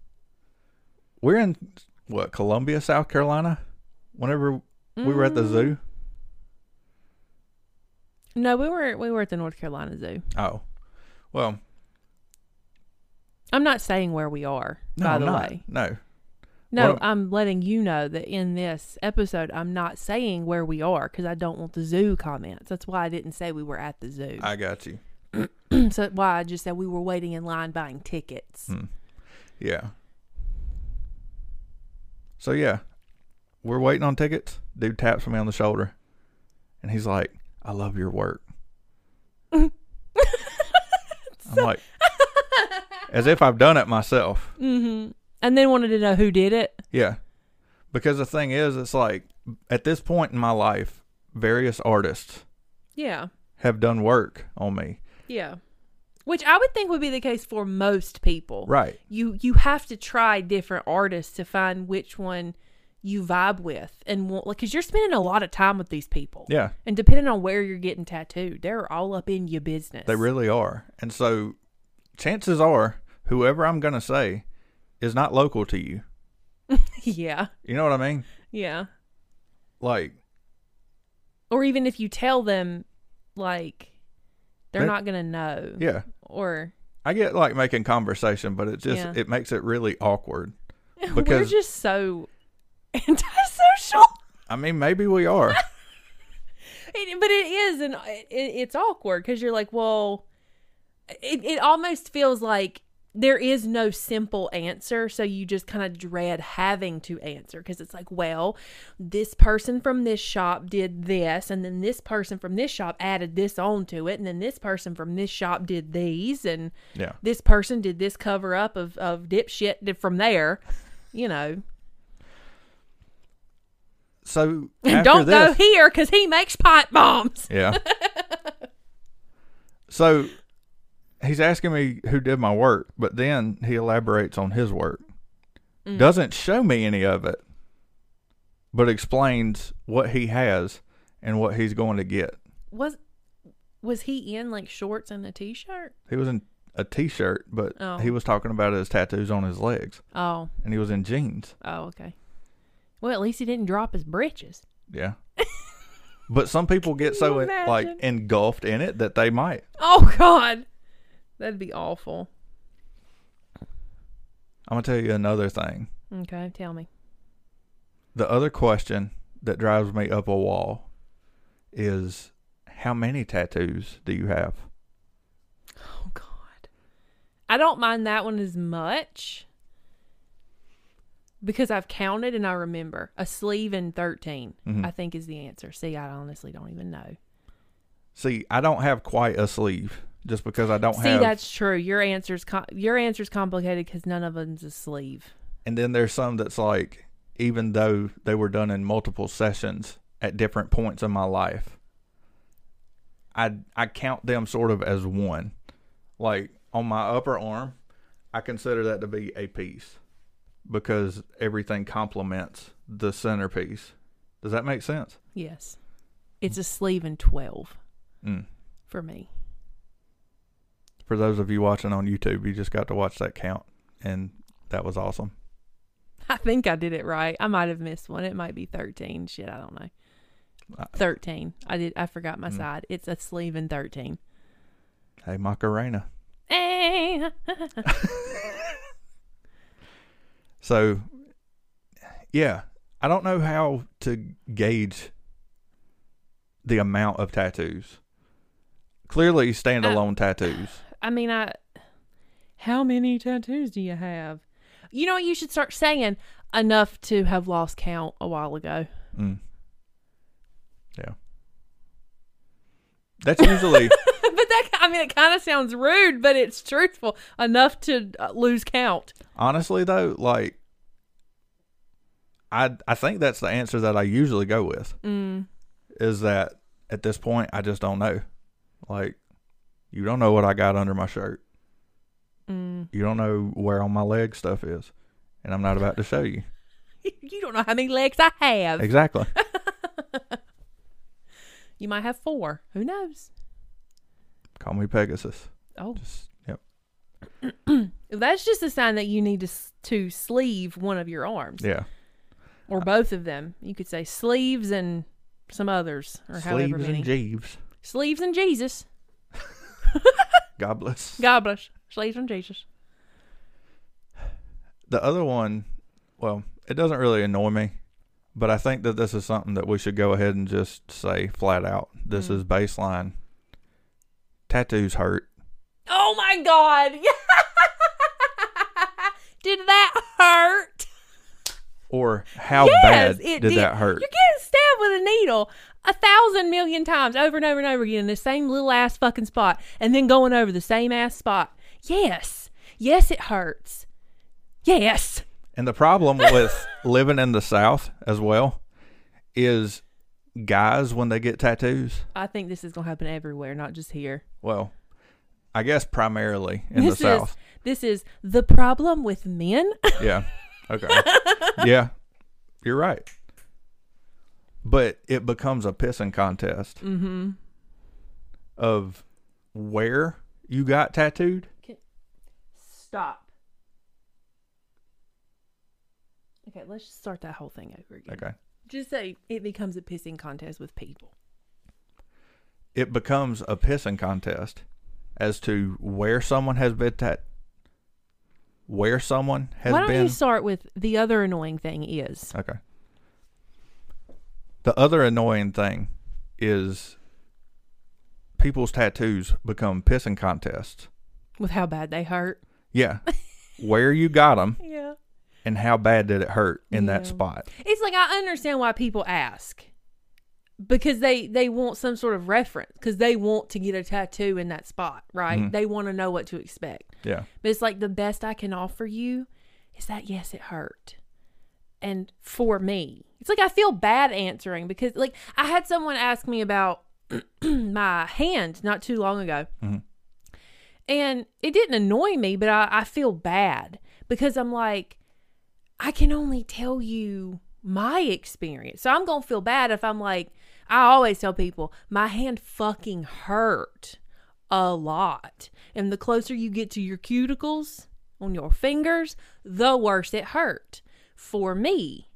Speaker 1: We're in what Columbia, South Carolina. Whenever we were at the
Speaker 2: Mm.
Speaker 1: zoo.
Speaker 2: No, we were we were at the North Carolina Zoo.
Speaker 1: Oh, well,
Speaker 2: I'm not saying where we are,
Speaker 1: no,
Speaker 2: by
Speaker 1: I'm
Speaker 2: the
Speaker 1: not.
Speaker 2: way.
Speaker 1: no,
Speaker 2: No,
Speaker 1: Well-
Speaker 2: I'm letting you know that in this episode, I'm not saying where we are because I don't want the zoo comments. That's why I didn't say we were at the zoo.
Speaker 1: I got you.
Speaker 2: so why I just said we were waiting in line buying tickets.
Speaker 1: Mm. Yeah. So yeah, we're waiting on tickets. Dude taps me on the shoulder, and he's like, "I love your work." I'm like, as if I've done it myself.
Speaker 2: hmm
Speaker 1: Mm-hmm.
Speaker 2: And then wanted to know who did it.
Speaker 1: Yeah. Because the thing is, it's like at this point in my life, various artists
Speaker 2: Yeah,
Speaker 1: have done work on me.
Speaker 2: yeah. Which I would think would be the case for most people.
Speaker 1: Right.
Speaker 2: you you have to try different artists to find which one you vibe with and want like because you're spending a lot of time with these people
Speaker 1: Yeah.
Speaker 2: and depending on where you're getting tattooed they're all up in your business
Speaker 1: They really are. And so chances are whoever I'm going to say is not local to you.
Speaker 2: yeah
Speaker 1: You know what I mean?
Speaker 2: yeah
Speaker 1: Like,
Speaker 2: or even if you tell them like they're
Speaker 1: They-
Speaker 2: not gonna know
Speaker 1: yeah.
Speaker 2: or
Speaker 1: I get like making conversation, but it just
Speaker 2: Yeah.
Speaker 1: it makes it really awkward.
Speaker 2: we're
Speaker 1: Because-
Speaker 2: just so antisocial
Speaker 1: I mean, maybe we are.
Speaker 2: It, but it is, and it, it's awkward because you're like, well, it, it almost feels like there is no simple answer. So you just kind of dread having to answer because it's like, well, this person from this shop did this, and then this person from this shop added this on to it, and then this person from this shop did these, and
Speaker 1: yeah.
Speaker 2: this person did this cover up of, of dipshit did- from there, you know.
Speaker 1: So
Speaker 2: And
Speaker 1: after
Speaker 2: don't
Speaker 1: this,
Speaker 2: go here because he makes pipe bombs.
Speaker 1: Yeah. so he's asking me who did my work, but then he elaborates on his work.
Speaker 2: Mm.
Speaker 1: Doesn't show me any of it, but explains what he has and what he's going to get.
Speaker 2: was was he in like shorts and a t-shirt?
Speaker 1: He was in a t shirt, but
Speaker 2: Oh.
Speaker 1: he was talking about his tattoos on his legs,
Speaker 2: Oh,
Speaker 1: and he was in jeans.
Speaker 2: oh, okay. Well, at least he didn't drop his britches.
Speaker 1: Yeah. But some people get so
Speaker 2: you
Speaker 1: like
Speaker 2: imagine?
Speaker 1: engulfed in it that they might.
Speaker 2: Oh God, that'd be awful.
Speaker 1: I'm gonna tell you another thing.
Speaker 2: Okay, tell me.
Speaker 1: The other question that drives me up a wall is how many tattoos do you have?
Speaker 2: Oh God, I don't mind that one as much because I've counted and I remember a sleeve and 13
Speaker 1: Mhm.
Speaker 2: I think is the answer. See, I honestly don't even know.
Speaker 1: See, I don't have quite a sleeve just because I don't
Speaker 2: See,
Speaker 1: have.
Speaker 2: that's true. Your answer's com- your answer's complicated because none of them's a sleeve.
Speaker 1: And then there's some that's like, even though they were done in multiple sessions at different points in my life, I I count them sort of as one. Like on my upper arm, I consider that to be a piece because everything complements the centerpiece. Does that make sense?
Speaker 2: Yes, it's a sleeve and 12
Speaker 1: Mm.
Speaker 2: for me.
Speaker 1: for those of you watching on YouTube, you just got to watch that count, and that was awesome.
Speaker 2: I think I did it right. I might have missed one. It might be 13. Shit, I don't know.
Speaker 1: I-
Speaker 2: 13. I did I forgot my
Speaker 1: Hmm.
Speaker 2: side. It's a sleeve and 13.
Speaker 1: Hey, Macarena.
Speaker 2: Eh.
Speaker 1: So, yeah, I don't know how to gauge the amount of tattoos. Clearly, standalone tattoos.
Speaker 2: I mean, I How many tattoos do you have? You know what you should start saying? Enough to have lost count a while ago.
Speaker 1: Mm. Yeah, that's usually
Speaker 2: but that I mean it kind of sounds rude, but it's truthful. Enough to uh, lose count.
Speaker 1: honestly though. Like, I I think that's the answer that I usually go with.
Speaker 2: Mm.
Speaker 1: is that at this point I just don't know. Like you don't know what I got under my shirt.
Speaker 2: Mm.
Speaker 1: You don't know where on my leg stuff is. And I'm not about to show you.
Speaker 2: You don't know how many legs I have.
Speaker 1: Exactly.
Speaker 2: You might have four. Who knows?
Speaker 1: Call me Pegasus.
Speaker 2: Oh,
Speaker 1: Just yep.
Speaker 2: that's just a sign that you need to s- to sleeve one of your arms
Speaker 1: Yeah.
Speaker 2: or both of them. You could say sleeves and some others, or however
Speaker 1: Sleeves
Speaker 2: many
Speaker 1: and Jeeves.
Speaker 2: sleeves and Jesus.
Speaker 1: God bless.
Speaker 2: God bless sleeves and Jesus.
Speaker 1: The other one, well, it doesn't really annoy me, but I think that this is something that we should go ahead and just say flat out. This
Speaker 2: Mm.
Speaker 1: is baseline. Tattoos hurt.
Speaker 2: Oh my God! Did that hurt?
Speaker 1: Or how
Speaker 2: Yes,
Speaker 1: bad
Speaker 2: it
Speaker 1: did, that hurt?
Speaker 2: You're getting stabbed with a needle a thousand million times over and over and over again in the same little ass fucking spot and then going over the same ass spot. Yes. Yes, it hurts. Yes.
Speaker 1: And the problem with living in the South as well is guys when they get tattoos.
Speaker 2: I think this is going to happen everywhere, not just here.
Speaker 1: Well, I guess primarily in
Speaker 2: this
Speaker 1: the South.
Speaker 2: is this is the problem with men.
Speaker 1: Yeah. Okay. yeah. You're right. But it becomes a pissing contest
Speaker 2: mm-hmm.
Speaker 1: of where you got tattooed.
Speaker 2: Stop. Okay, let's just start that whole thing over again.
Speaker 1: Okay.
Speaker 2: Just say it becomes a pissing contest with people.
Speaker 1: It becomes a pissing contest as to where someone has been tat where someone has
Speaker 2: Why don't
Speaker 1: been
Speaker 2: you start with the other annoying thing is?
Speaker 1: Okay. The other annoying thing is people's tattoos become pissing contests.
Speaker 2: with how bad they hurt.
Speaker 1: Yeah. Where you got them
Speaker 2: Yeah.
Speaker 1: and how bad did it hurt in that
Speaker 2: Yeah.
Speaker 1: spot?
Speaker 2: It's like I understand why people ask because they they want some sort of reference because they want to get a tattoo in that spot, right?
Speaker 1: Mhm.
Speaker 2: They want to know what to expect.
Speaker 1: Yeah.
Speaker 2: But it's like the best I can offer you is that yes, it hurt. And for me, it's like I feel bad answering because like I had someone ask me about my hand not too long ago.
Speaker 1: Mhm.
Speaker 2: And it didn't annoy me, but I, I feel bad because I'm like, I can only tell you my experience. So I'm going to feel bad if I'm like, I always tell people, my hand fucking hurt a lot. And the closer you get to your cuticles on your fingers, the worse it hurt for me.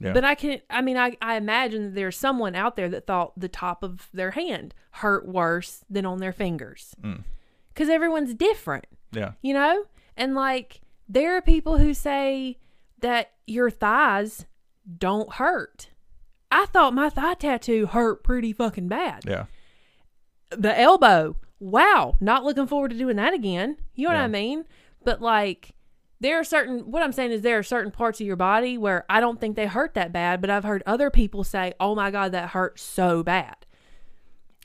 Speaker 1: Yeah.
Speaker 2: But I can, I mean, I, I imagine that there's someone out there that thought the top of their hand hurt worse than on their fingers.
Speaker 1: Mm.
Speaker 2: Because everyone's different
Speaker 1: yeah.
Speaker 2: you know? And like, there are people who say that your thighs don't hurt. I thought my thigh tattoo hurt pretty fucking bad.
Speaker 1: Yeah.
Speaker 2: The elbow, wow, not looking forward to doing that again. You know what
Speaker 1: Yeah.
Speaker 2: I mean? But like, there are certain, what I'm saying is there are certain parts of your body where I don't think they hurt that bad, but I've heard other people say, oh my God, that hurt so bad.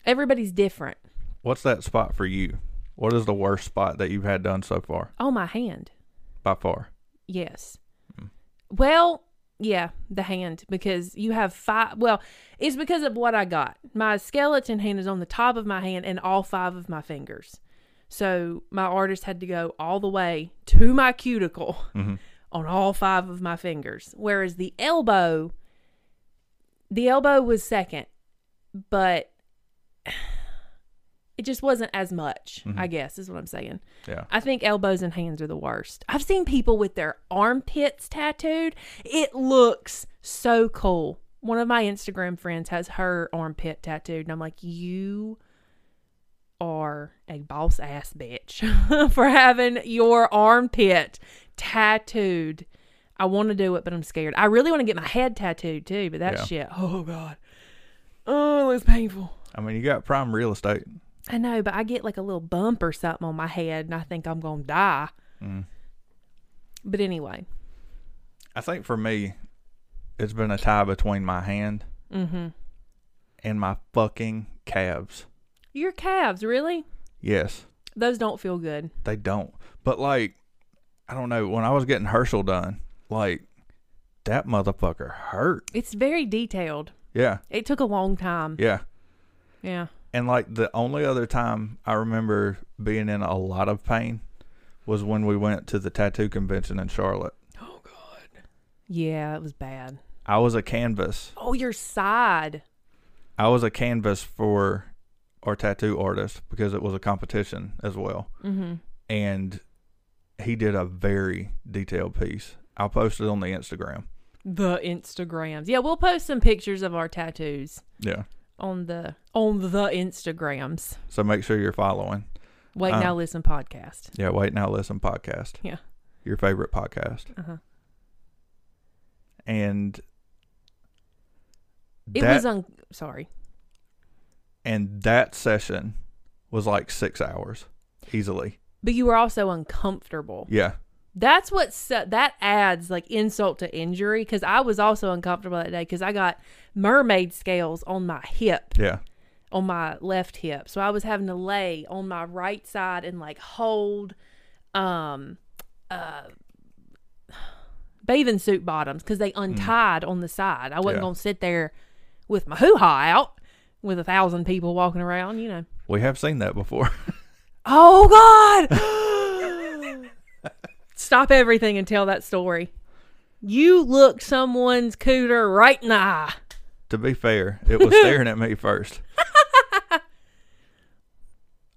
Speaker 2: Everybody's different.
Speaker 1: What's that spot for you? What is the worst spot that you've had done so far?
Speaker 2: Oh, my hand.
Speaker 1: By far.
Speaker 2: Yes. Well, yeah, the hand because you have five. Well, it's because of what I got. My skeleton hand is on the top of my hand and all five of my fingers. So my artist had to go all the way to my cuticle
Speaker 1: Mhm.
Speaker 2: on all five of my fingers. Whereas the elbow, the elbow was second, but it just wasn't as much, I guess, is what I'm saying.
Speaker 1: Yeah.
Speaker 2: I think elbows and hands are the worst. I've seen people with their armpits tattooed. It looks so cool. One of my Instagram friends has her armpit tattooed, and I'm like, you are a boss ass bitch for having your armpit tattooed. I want to do it, but I'm scared. I really want to get my head tattooed too, but that
Speaker 1: Yeah.
Speaker 2: shit, oh God. Oh, it looks painful.
Speaker 1: I mean, you got prime real estate.
Speaker 2: I know, but I get like a little bump or something on my head, and I think I'm gonna die. But anyway,
Speaker 1: I think for me, it's been a tie between my hand and my fucking calves.
Speaker 2: your calves really
Speaker 1: Yes.
Speaker 2: those don't feel good.
Speaker 1: They don't. But like, I don't know. When I was getting Herschel done, like that motherfucker hurt.
Speaker 2: It's very detailed.
Speaker 1: Yeah,
Speaker 2: It took a long time.
Speaker 1: yeah.
Speaker 2: Yeah.
Speaker 1: And like the only other time I remember being in a lot of pain was when we went to the tattoo convention in Charlotte.
Speaker 2: Oh God. Yeah, it was bad.
Speaker 1: I was a canvas.
Speaker 2: Oh, your side.
Speaker 1: I was a canvas for our tattoo artist because it was a competition as well.
Speaker 2: Mm-hmm.
Speaker 1: And he did a very detailed piece. I posted on the Instagram.
Speaker 2: the Instagrams. Yeah, we'll post some pictures of our tattoos
Speaker 1: Yeah.
Speaker 2: on the on the Instagrams.
Speaker 1: So make sure you're following.
Speaker 2: Wait
Speaker 1: Um,
Speaker 2: now listen podcast.
Speaker 1: Yeah. Wait now. Listen podcast.
Speaker 2: Yeah.
Speaker 1: Your favorite podcast.
Speaker 2: Uh-huh.
Speaker 1: And
Speaker 2: It
Speaker 1: that
Speaker 2: was on sorry.
Speaker 1: and that session was like six hours easily.
Speaker 2: But you were also uncomfortable.
Speaker 1: Yeah.
Speaker 2: That's what se- that adds like insult to injury cuz I was also uncomfortable that day cuz I got mermaid scales on my hip,
Speaker 1: Yeah.
Speaker 2: on my left hip. So I was having to lay on my right side and like hold um uh bathing suit bottoms cuz they untied on the side. I wasn't
Speaker 1: Yeah.
Speaker 2: going to sit there with my hoo-ha out with a thousand people walking around, you know.
Speaker 1: We have seen that before.
Speaker 2: Oh God! Stop everything and tell that story. You look someone's cooter right in the eye.
Speaker 1: to be fair, it was staring at me first.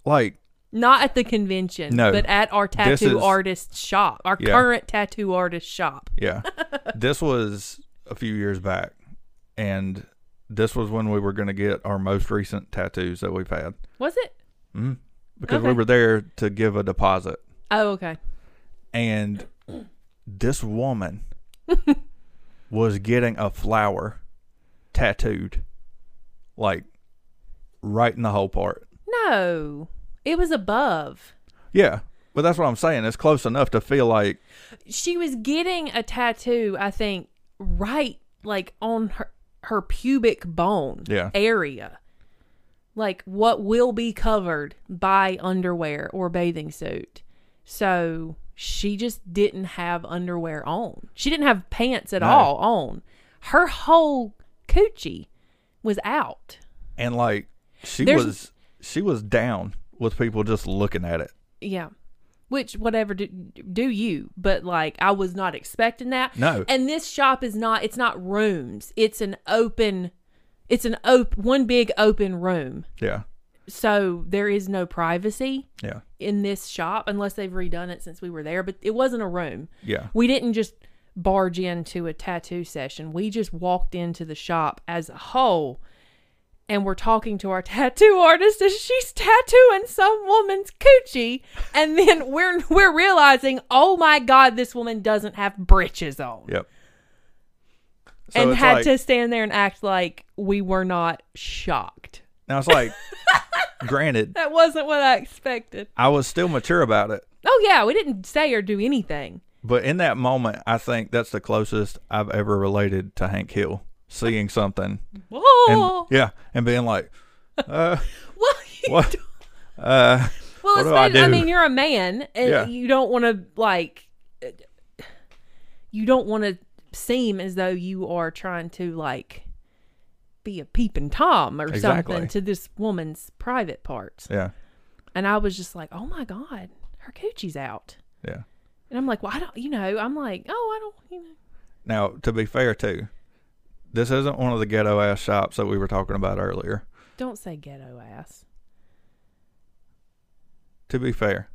Speaker 1: like,
Speaker 2: Not at the convention,
Speaker 1: No.
Speaker 2: but at our
Speaker 1: This
Speaker 2: tattoo
Speaker 1: is-
Speaker 2: artist shop, our
Speaker 1: Yeah.
Speaker 2: current tattoo artist shop.
Speaker 1: yeah. this was a few years back and this was when we were going to get our most recent tattoos that we've had.
Speaker 2: Was it?
Speaker 1: Mm. Because we
Speaker 2: Okay.
Speaker 1: were there to give a deposit.
Speaker 2: Oh, okay.
Speaker 1: And this woman was getting a flower tattooed, like right in the whole part.
Speaker 2: No, it was above.
Speaker 1: Yeah. But that's what I'm saying. It's close enough to feel like,
Speaker 2: She was getting a tattoo, I think, right like on her her pubic bone
Speaker 1: Yeah.
Speaker 2: area. Like what will be covered by underwear or bathing suit. So she just didn't have underwear on. She didn't have pants at
Speaker 1: No.
Speaker 2: all on. Her whole coochie was out.
Speaker 1: and like she
Speaker 2: There's-
Speaker 1: was, she was down with people just looking at it.
Speaker 2: Yeah. Which whatever do, do you, but like I was not expecting that.
Speaker 1: No.
Speaker 2: And this shop is not it's not rooms. It's an open it's an op- one big open room.
Speaker 1: Yeah.
Speaker 2: So there is no privacy
Speaker 1: Yeah.
Speaker 2: in this shop unless they've redone it since we were there, but it wasn't a room.
Speaker 1: Yeah.
Speaker 2: We didn't just barge into a tattoo session. We just walked into the shop as a whole and we're talking to our tattoo artist as she's tattooing some woman's coochie and then we're we're realizing, "Oh my god, this woman doesn't have britches on."
Speaker 1: Yep. So
Speaker 2: and
Speaker 1: it's
Speaker 2: had
Speaker 1: like-
Speaker 2: to stand there and act like we were not shocked.
Speaker 1: Now it's like, granted,
Speaker 2: That wasn't what I expected.
Speaker 1: I was still mature about it,
Speaker 2: Oh yeah, we didn't say or do anything.
Speaker 1: but in that moment, I think that's the closest I've ever related to Hank Hill seeing something. And,
Speaker 2: Whoa.
Speaker 1: Yeah, and being like, uh,
Speaker 2: well, you
Speaker 1: what? Uh,
Speaker 2: Well,
Speaker 1: What
Speaker 2: it's
Speaker 1: do I
Speaker 2: not, I,
Speaker 1: do?
Speaker 2: mean, you're a man, and
Speaker 1: Yeah.
Speaker 2: you don't want to like, you don't want to seem as though you are trying to like be a peeping tom or
Speaker 1: Exactly.
Speaker 2: something to this woman's private parts.
Speaker 1: yeah,
Speaker 2: And I was just like, oh my god, her coochie's out,
Speaker 1: yeah.
Speaker 2: and I'm like, well, I don't, you know, I'm like, oh, I don't, you know,
Speaker 1: Now, to be fair, too, this isn't one of the ghetto ass shops that we were talking about earlier.
Speaker 2: don't say ghetto ass.
Speaker 1: To be fair,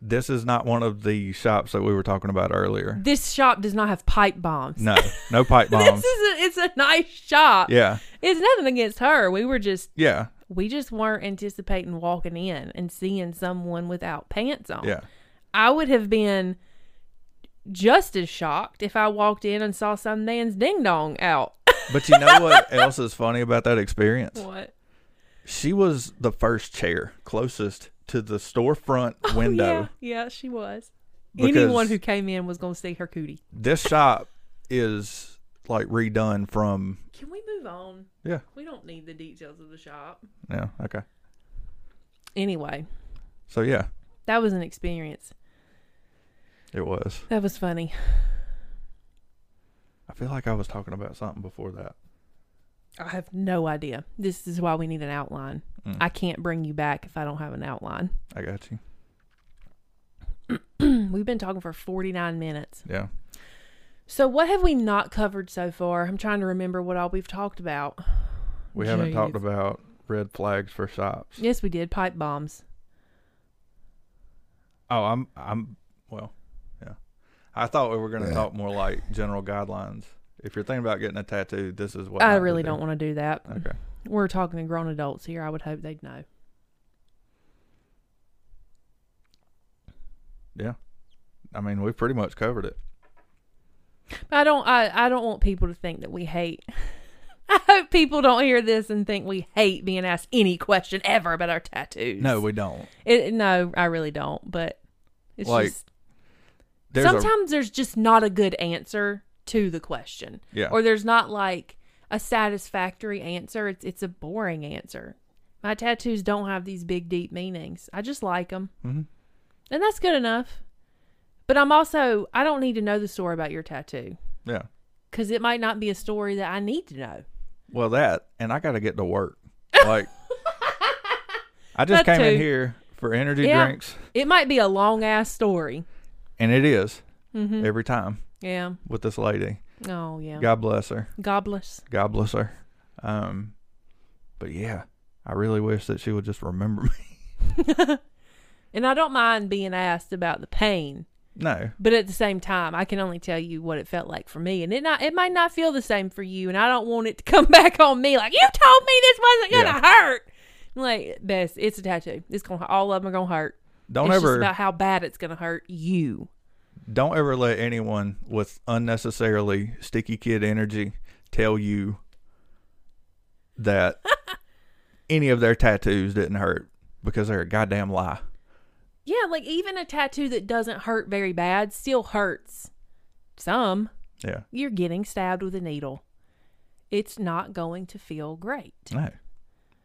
Speaker 1: this is not one of the shops that we were talking about earlier.
Speaker 2: This shop does not have pipe bombs.
Speaker 1: No, no pipe bombs.
Speaker 2: This is a, it's a nice shop.
Speaker 1: yeah,
Speaker 2: It's nothing against her. We were just
Speaker 1: yeah,
Speaker 2: we just weren't anticipating walking in and seeing someone without pants on.
Speaker 1: yeah.
Speaker 2: I would have been just as shocked if I walked in and saw some man's ding dong out.
Speaker 1: But you know what else is funny about that experience?
Speaker 2: what?
Speaker 1: She was the first chair closest to the storefront window.
Speaker 2: Yeah, yeah, she was.
Speaker 1: Because-
Speaker 2: Oh, Anyone who came in was going to see her cootie.
Speaker 1: This shop is like redone from
Speaker 2: Can we move on?
Speaker 1: yeah
Speaker 2: We don't need the details of the shop.
Speaker 1: yeah okay
Speaker 2: Anyway,
Speaker 1: so yeah
Speaker 2: that was an experience.
Speaker 1: it was.
Speaker 2: That was funny.
Speaker 1: I feel like I was talking about something before that.
Speaker 2: I have no idea. This is why we need an outline.
Speaker 1: Mm.
Speaker 2: I can't bring you back if I don't have an outline.
Speaker 1: I got you.
Speaker 2: We've been talking for 49 minutes.
Speaker 1: Yeah.
Speaker 2: So, what have we not covered so far? I'm trying to remember what all we've talked about.
Speaker 1: We haven't talked
Speaker 2: Jeez.
Speaker 1: about red flags for shops.
Speaker 2: Yes, we did pipe bombs.
Speaker 1: Oh, I'm I'm well, yeah. I thought we were going to
Speaker 3: Yeah.
Speaker 1: talk more like general guidelines. If you're thinking about getting a tattoo, this is what Uh.
Speaker 2: I
Speaker 1: not to
Speaker 2: really
Speaker 1: do.
Speaker 2: don't want to do that.
Speaker 1: Okay.
Speaker 2: We're talking to grown adults here. I would hope they'd know.
Speaker 1: I mean, we've pretty much covered it.
Speaker 2: But I don't. I, I don't want people to think that we hate. I hope people don't hear this and think we hate being asked any question ever about our tattoos.
Speaker 1: No, we don't.
Speaker 2: It, no, I really don't. But it's
Speaker 1: Like,
Speaker 2: just
Speaker 1: There's a,
Speaker 2: sometimes there's just not a good answer to the question,
Speaker 1: yeah.
Speaker 2: or there's not like a satisfactory answer. It's it's a boring answer. My tattoos don't have these big deep meanings. I just like them,
Speaker 1: hmm
Speaker 2: and that's good enough. But I'm also I don't need to know the story about your tattoo
Speaker 1: Yeah.
Speaker 2: because it might not be a story that I need to know.
Speaker 1: Well, that, and I got to get to work. Like, I just
Speaker 2: That
Speaker 1: came in
Speaker 2: too.
Speaker 1: here for energy
Speaker 2: Yeah.
Speaker 1: drinks,
Speaker 2: It might be a long ass story.
Speaker 1: and it is
Speaker 2: Mm-hmm.
Speaker 1: every time
Speaker 2: Yeah.
Speaker 1: with this lady.
Speaker 2: Oh yeah.
Speaker 1: God bless her.
Speaker 2: Gobless.
Speaker 1: God bless her. Um, but yeah, I really wish that she would just remember me.
Speaker 2: And I don't mind being asked about the pain.
Speaker 1: No,
Speaker 2: But at the same time, I can only tell you what it felt like for me, and it not it might not feel the same for you, and I don't want it to come back on me like you told me this wasn't gonna hurt. I'm like, Bess, it's a tattoo. It's gonna all of them are gonna hurt.
Speaker 1: don't
Speaker 2: it's just
Speaker 1: ever,
Speaker 2: about how bad it's gonna hurt you.
Speaker 1: don't ever let anyone with unnecessarily sticky kid energy tell you that any of their tattoos didn't hurt because they're a goddamn lie.
Speaker 2: Yeah, like even a tattoo that doesn't hurt very bad still hurts. Some
Speaker 1: Yeah,
Speaker 2: you're getting stabbed with a needle. It's not going to feel great.
Speaker 1: no,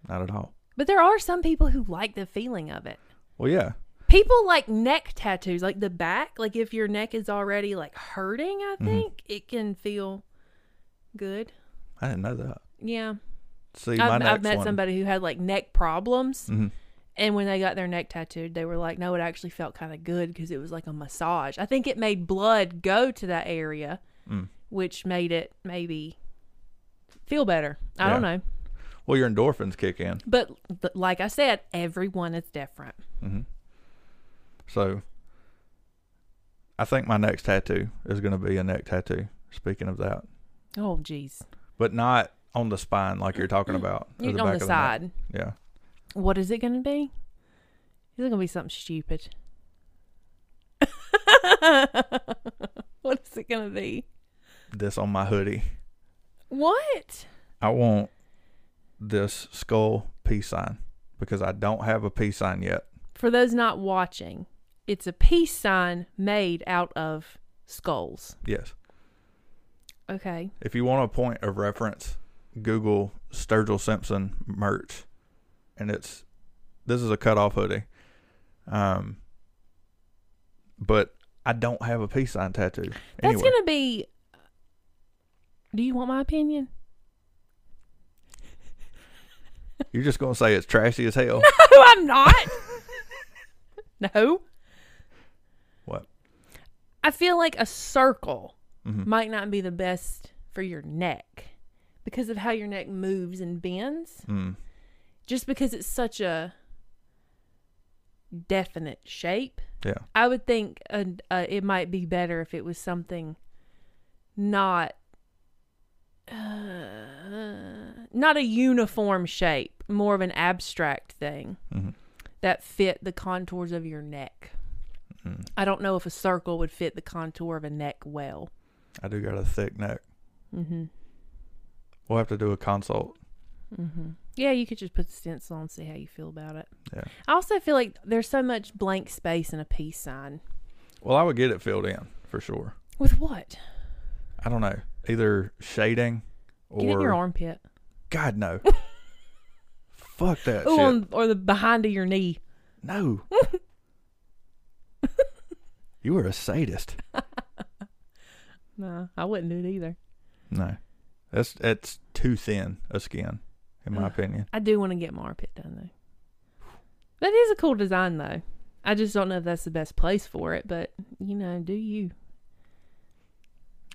Speaker 1: not at all.
Speaker 2: But there are some people who like the feeling of it.
Speaker 1: Well, yeah,
Speaker 2: people like neck tattoos like the back like if your neck is already like hurting i
Speaker 1: Mm-hmm.
Speaker 2: think it can feel good
Speaker 1: I didn't know that.
Speaker 2: yeah
Speaker 1: See, my
Speaker 2: I've,
Speaker 1: next
Speaker 2: I've met
Speaker 1: one.
Speaker 2: somebody who had like neck problems
Speaker 1: Mhm.
Speaker 2: and when they got their neck tattooed they were like no it actually felt kind of good because it was like a massage i think it made blood go to that area
Speaker 1: Mm.
Speaker 2: which made it maybe feel better i don't
Speaker 1: Yeah.
Speaker 2: know
Speaker 1: Well, your endorphins kick in.
Speaker 2: but, but like i said everyone is different
Speaker 1: Mm-hmm. So I think my next tattoo is going to be a neck tattoo. Speaking of that,
Speaker 2: oh jeez
Speaker 1: but not on the spine like you're talking about. or
Speaker 2: you on
Speaker 1: back
Speaker 2: the
Speaker 1: of neck.
Speaker 2: side
Speaker 1: yeah.
Speaker 2: What is it going to be? Is it going to be something stupid? what is it going to be?
Speaker 1: This on my hoodie.
Speaker 2: What?
Speaker 1: I want this skull peace sign because I don't have a peace sign yet.
Speaker 2: For those not watching, it's a peace sign made out of skulls.
Speaker 1: Yes.
Speaker 2: Okay.
Speaker 1: If you want a point of reference, Google Sturgill Simpson merch, and it's this is a cutoff hoodie. Um, but I don't have a peace sign tattoo.
Speaker 2: That's
Speaker 1: anyway,
Speaker 2: going to be. Do you want my opinion?
Speaker 1: you're just gonna say it's trashy as hell.
Speaker 2: No, I'm not. no.
Speaker 1: What?
Speaker 2: I feel like a circle
Speaker 1: Mhm.
Speaker 2: might not be the best for your neck because of how your neck moves and bends.
Speaker 1: Mm,
Speaker 2: Just because it's such a definite shape,
Speaker 1: yeah,
Speaker 2: I would think uh, uh, it might be better if it was something not uh, not a uniform shape, more of an abstract thing
Speaker 1: Mhm.
Speaker 2: that fit the contours of your neck.
Speaker 1: Mm.
Speaker 2: I don't know if a circle would fit the contour of a neck well.
Speaker 1: I do got a thick neck.
Speaker 2: Mm-hmm.
Speaker 1: We'll have to do a consult.
Speaker 2: Mm-hmm. Yeah, you could just put the stencil on and see how you feel about it.
Speaker 1: Yeah.
Speaker 2: I also feel like there's so much blank space in a peace sign.
Speaker 1: Well, I would get it filled in for sure.
Speaker 2: With what?
Speaker 1: I don't know, either shading or
Speaker 2: Get it in your armpit.
Speaker 1: God no. Fuck that
Speaker 2: Ooh,
Speaker 1: shit.
Speaker 2: on, or the behind of your knee.
Speaker 1: No. you were a sadist.
Speaker 2: No, I wouldn't do it either.
Speaker 1: No. That's that's too thin a skin, in my
Speaker 2: Ugh.
Speaker 1: opinion.
Speaker 2: I do want to get my armpit done though. That is a cool design though. I just don't know if that's the best place for it, but you know, do you?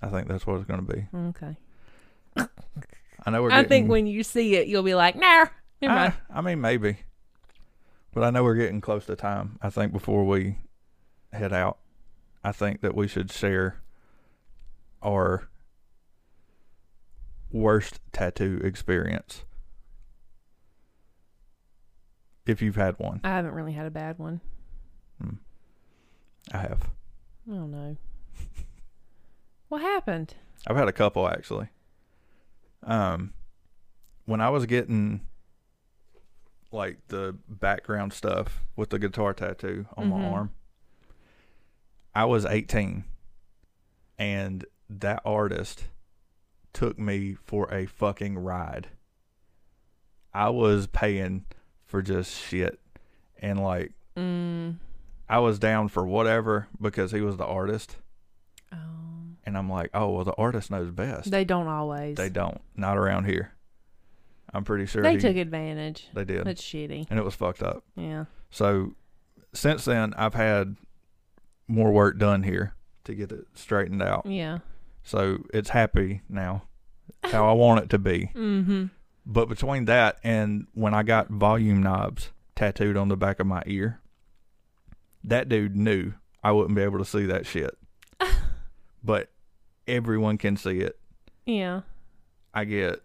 Speaker 1: I think that's what it's gonna be.
Speaker 2: Okay.
Speaker 1: I know we're
Speaker 2: I
Speaker 1: getting,
Speaker 2: think when you see it, you'll be like, "Nah, never mind."
Speaker 1: I, I mean maybe. But I know we're getting close to time, I think, before we head out. I think that we should share our worst tattoo experience. If you've had one,
Speaker 2: I haven't really had a bad one.
Speaker 1: I have.
Speaker 2: I don't know. what happened?
Speaker 1: I've had a couple actually. Um, when I was getting like the background stuff with the guitar tattoo on my
Speaker 2: Mhm.
Speaker 1: arm, I was 18, and that artist took me for a fucking ride. I was paying for just shit, and like
Speaker 2: Mm.
Speaker 1: I was down for whatever because he was the artist,
Speaker 2: Um,
Speaker 1: and I'm like, oh well, the artist knows best.
Speaker 2: they don't always.
Speaker 1: They
Speaker 2: They,
Speaker 1: don't. Not around here. I'm pretty sure he-
Speaker 2: took advantage.
Speaker 1: They did,
Speaker 2: That's shitty.
Speaker 1: and it was fucked up.
Speaker 2: Yeah.
Speaker 1: So since then, I've had more work done here to get it straightened out.
Speaker 2: Yeah.
Speaker 1: So it's happy now, It's how I want it to be.
Speaker 2: Mm-hmm.
Speaker 1: But between that and when I got volume knobs tattooed on the back of my ear, that dude knew I wouldn't be able to see that shit. but everyone can see it.
Speaker 2: Yeah.
Speaker 1: I get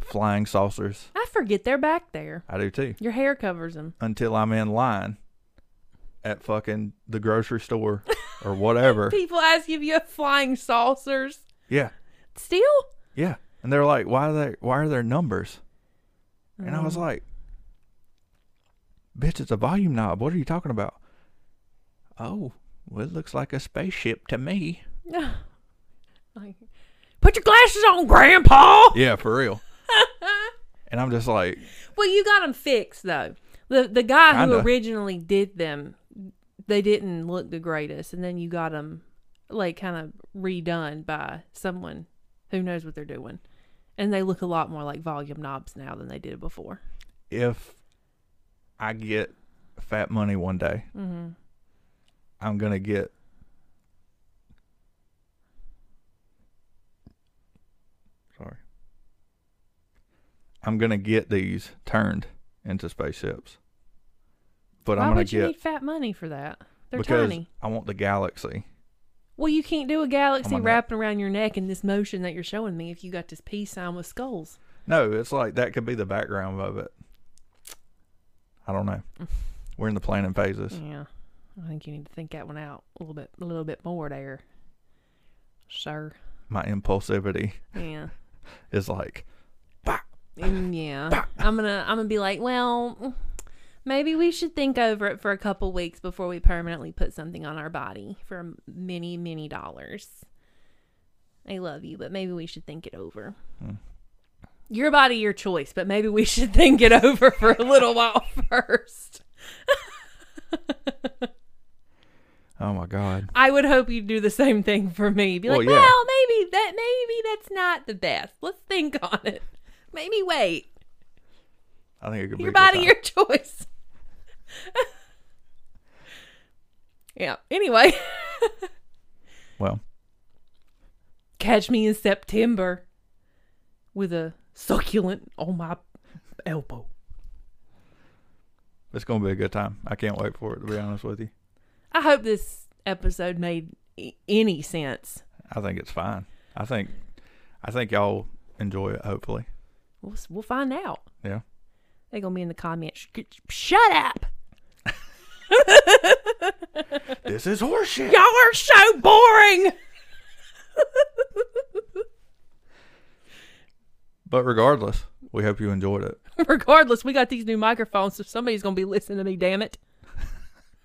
Speaker 1: flying saucers.
Speaker 2: I forget they're back there.
Speaker 1: I do too.
Speaker 2: Your hair covers them.
Speaker 1: until I'm in line at fucking the grocery store or whatever.
Speaker 2: People ask if you have flying saucers.
Speaker 1: yeah,
Speaker 2: Still?
Speaker 1: yeah. And they're like, "Why are they? Why are there numbers?" And I was
Speaker 2: Um,
Speaker 1: like, "Bitch, it's a volume knob. What are you talking about?" Oh, well, it looks like a spaceship to me.
Speaker 2: like, put your glasses on, Grandpa.
Speaker 1: Yeah, for real. and I'm just like,
Speaker 2: Well, you got them fixed though. The the guy
Speaker 1: Kinda.
Speaker 2: who originally did them, they didn't look the greatest, and then you got them like kind of redone by someone who knows what they're doing, and they look a lot more like volume knobs now than they did before.
Speaker 1: if I get fat money one day,
Speaker 2: Mm-hmm.
Speaker 1: I'm gonna get sorry. I'm gonna get these turned into spaceships. But
Speaker 2: Why
Speaker 1: I'm gonna
Speaker 2: would you
Speaker 1: get
Speaker 2: need fat money for that? They're
Speaker 1: because
Speaker 2: tiny.
Speaker 1: I want the galaxy.
Speaker 2: Well, you can't do a galaxy
Speaker 1: neck.
Speaker 2: wrapping around your neck in this motion that you're showing me if you got this peace sign with skulls.
Speaker 1: No, it's like that could be the background of it. I don't know. We're in the planning phases.
Speaker 2: Yeah, I think you need to think that one out a little bit, a little bit more there, sir.
Speaker 1: My impulsivity
Speaker 2: Yeah.
Speaker 1: is like
Speaker 2: Mm, yeah i'm gonna i'm gonna be like well maybe we should think over it for a couple weeks before we permanently put something on our body for many many dollars i love you but maybe we should think it over
Speaker 1: Hmm.
Speaker 2: your body your choice but maybe we should think it over for a little while first
Speaker 1: oh my god.
Speaker 2: i would hope you'd do the same thing for me be
Speaker 1: Well,
Speaker 2: like
Speaker 1: yeah.
Speaker 2: well maybe that maybe that's not the best let's think on it maybe wait
Speaker 1: I think it could be
Speaker 2: your
Speaker 1: the
Speaker 2: body,
Speaker 1: time.
Speaker 2: your choice. yeah. Anyway,
Speaker 1: Well,
Speaker 2: catch me in September with a succulent on my elbow.
Speaker 1: it's gonna be a good time. I can't wait for it to be honest with you.
Speaker 2: I hope this episode made i- any sense.
Speaker 1: I think it's fine. I think I think y'all enjoy it. Hopefully,
Speaker 2: We'll, s- we'll find out.
Speaker 1: yeah.
Speaker 2: They're going to be in the comments. "Sh- Shut up.
Speaker 1: This is horseshit.
Speaker 2: Y'all are so boring.
Speaker 1: But regardless, we hope you enjoyed it.
Speaker 2: Regardless, we got these new microphones, so somebody's going to be listening to me, damn it.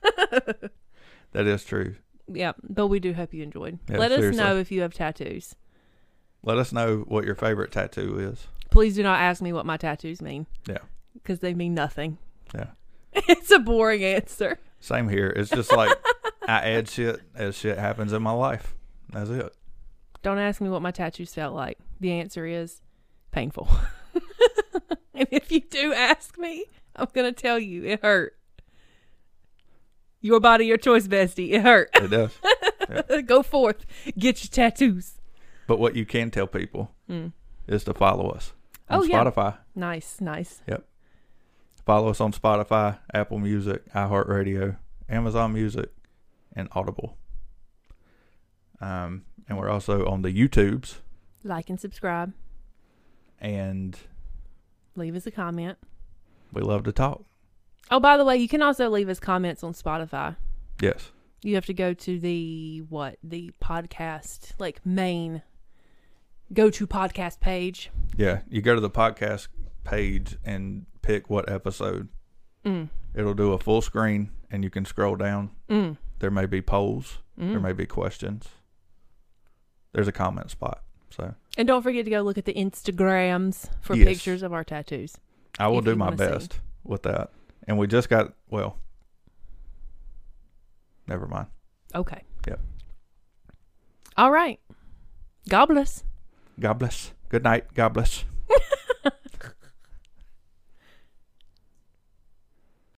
Speaker 1: That is true.
Speaker 2: Yeah, but we do hope you enjoyed.
Speaker 1: Yeah,
Speaker 2: Let us
Speaker 1: seriously.
Speaker 2: know if you have tattoos.
Speaker 1: Let us know what your favorite tattoo is.
Speaker 2: Please do not ask me what my tattoos mean
Speaker 1: Yeah,
Speaker 2: because they mean nothing.
Speaker 1: yeah.
Speaker 2: It's a boring answer.
Speaker 1: Same here. It's just like I add shit as shit happens in my life. That's it.
Speaker 2: Don't ask me what my tattoos felt like. The answer is painful. and if you do ask me, I'm going to tell you it hurt. Your body, your choice, bestie. It hurt.
Speaker 1: It does.
Speaker 2: Go forth. Get your tattoos.
Speaker 1: but what you can tell people
Speaker 2: Mm.
Speaker 1: is to follow us on
Speaker 2: Oh, yeah.
Speaker 1: Spotify.
Speaker 2: Nice, nice.
Speaker 1: Follow us on Spotify, Apple Music, iHeartRadio, Amazon Music, and Audible. Um, and we're also on the YouTubes
Speaker 2: Like and subscribe.
Speaker 1: and
Speaker 2: Leave us a comment.
Speaker 1: we love to talk.
Speaker 2: Oh, by the way, you can also leave us comments on Spotify.
Speaker 1: Yes.
Speaker 2: You have to go to the what? The podcast like main go to podcast page.
Speaker 1: Yeah. You go to the podcast page and pick what episode.
Speaker 2: Mm.
Speaker 1: It'll do a full screen and you can scroll down.
Speaker 2: Mm.
Speaker 1: There may be polls, there
Speaker 2: Mm.
Speaker 1: may be questions. There's a comment spot. So
Speaker 2: And don't forget to go look at the Instagrams for
Speaker 1: Yes.
Speaker 2: pictures of our tattoos.
Speaker 1: I will
Speaker 2: If
Speaker 1: do
Speaker 2: you
Speaker 1: my
Speaker 2: wanna see.
Speaker 1: best with that. And we just got, well, never mind.
Speaker 2: Okay.
Speaker 1: Yep.
Speaker 2: All right. God bless.
Speaker 1: God bless. Good night. God bless.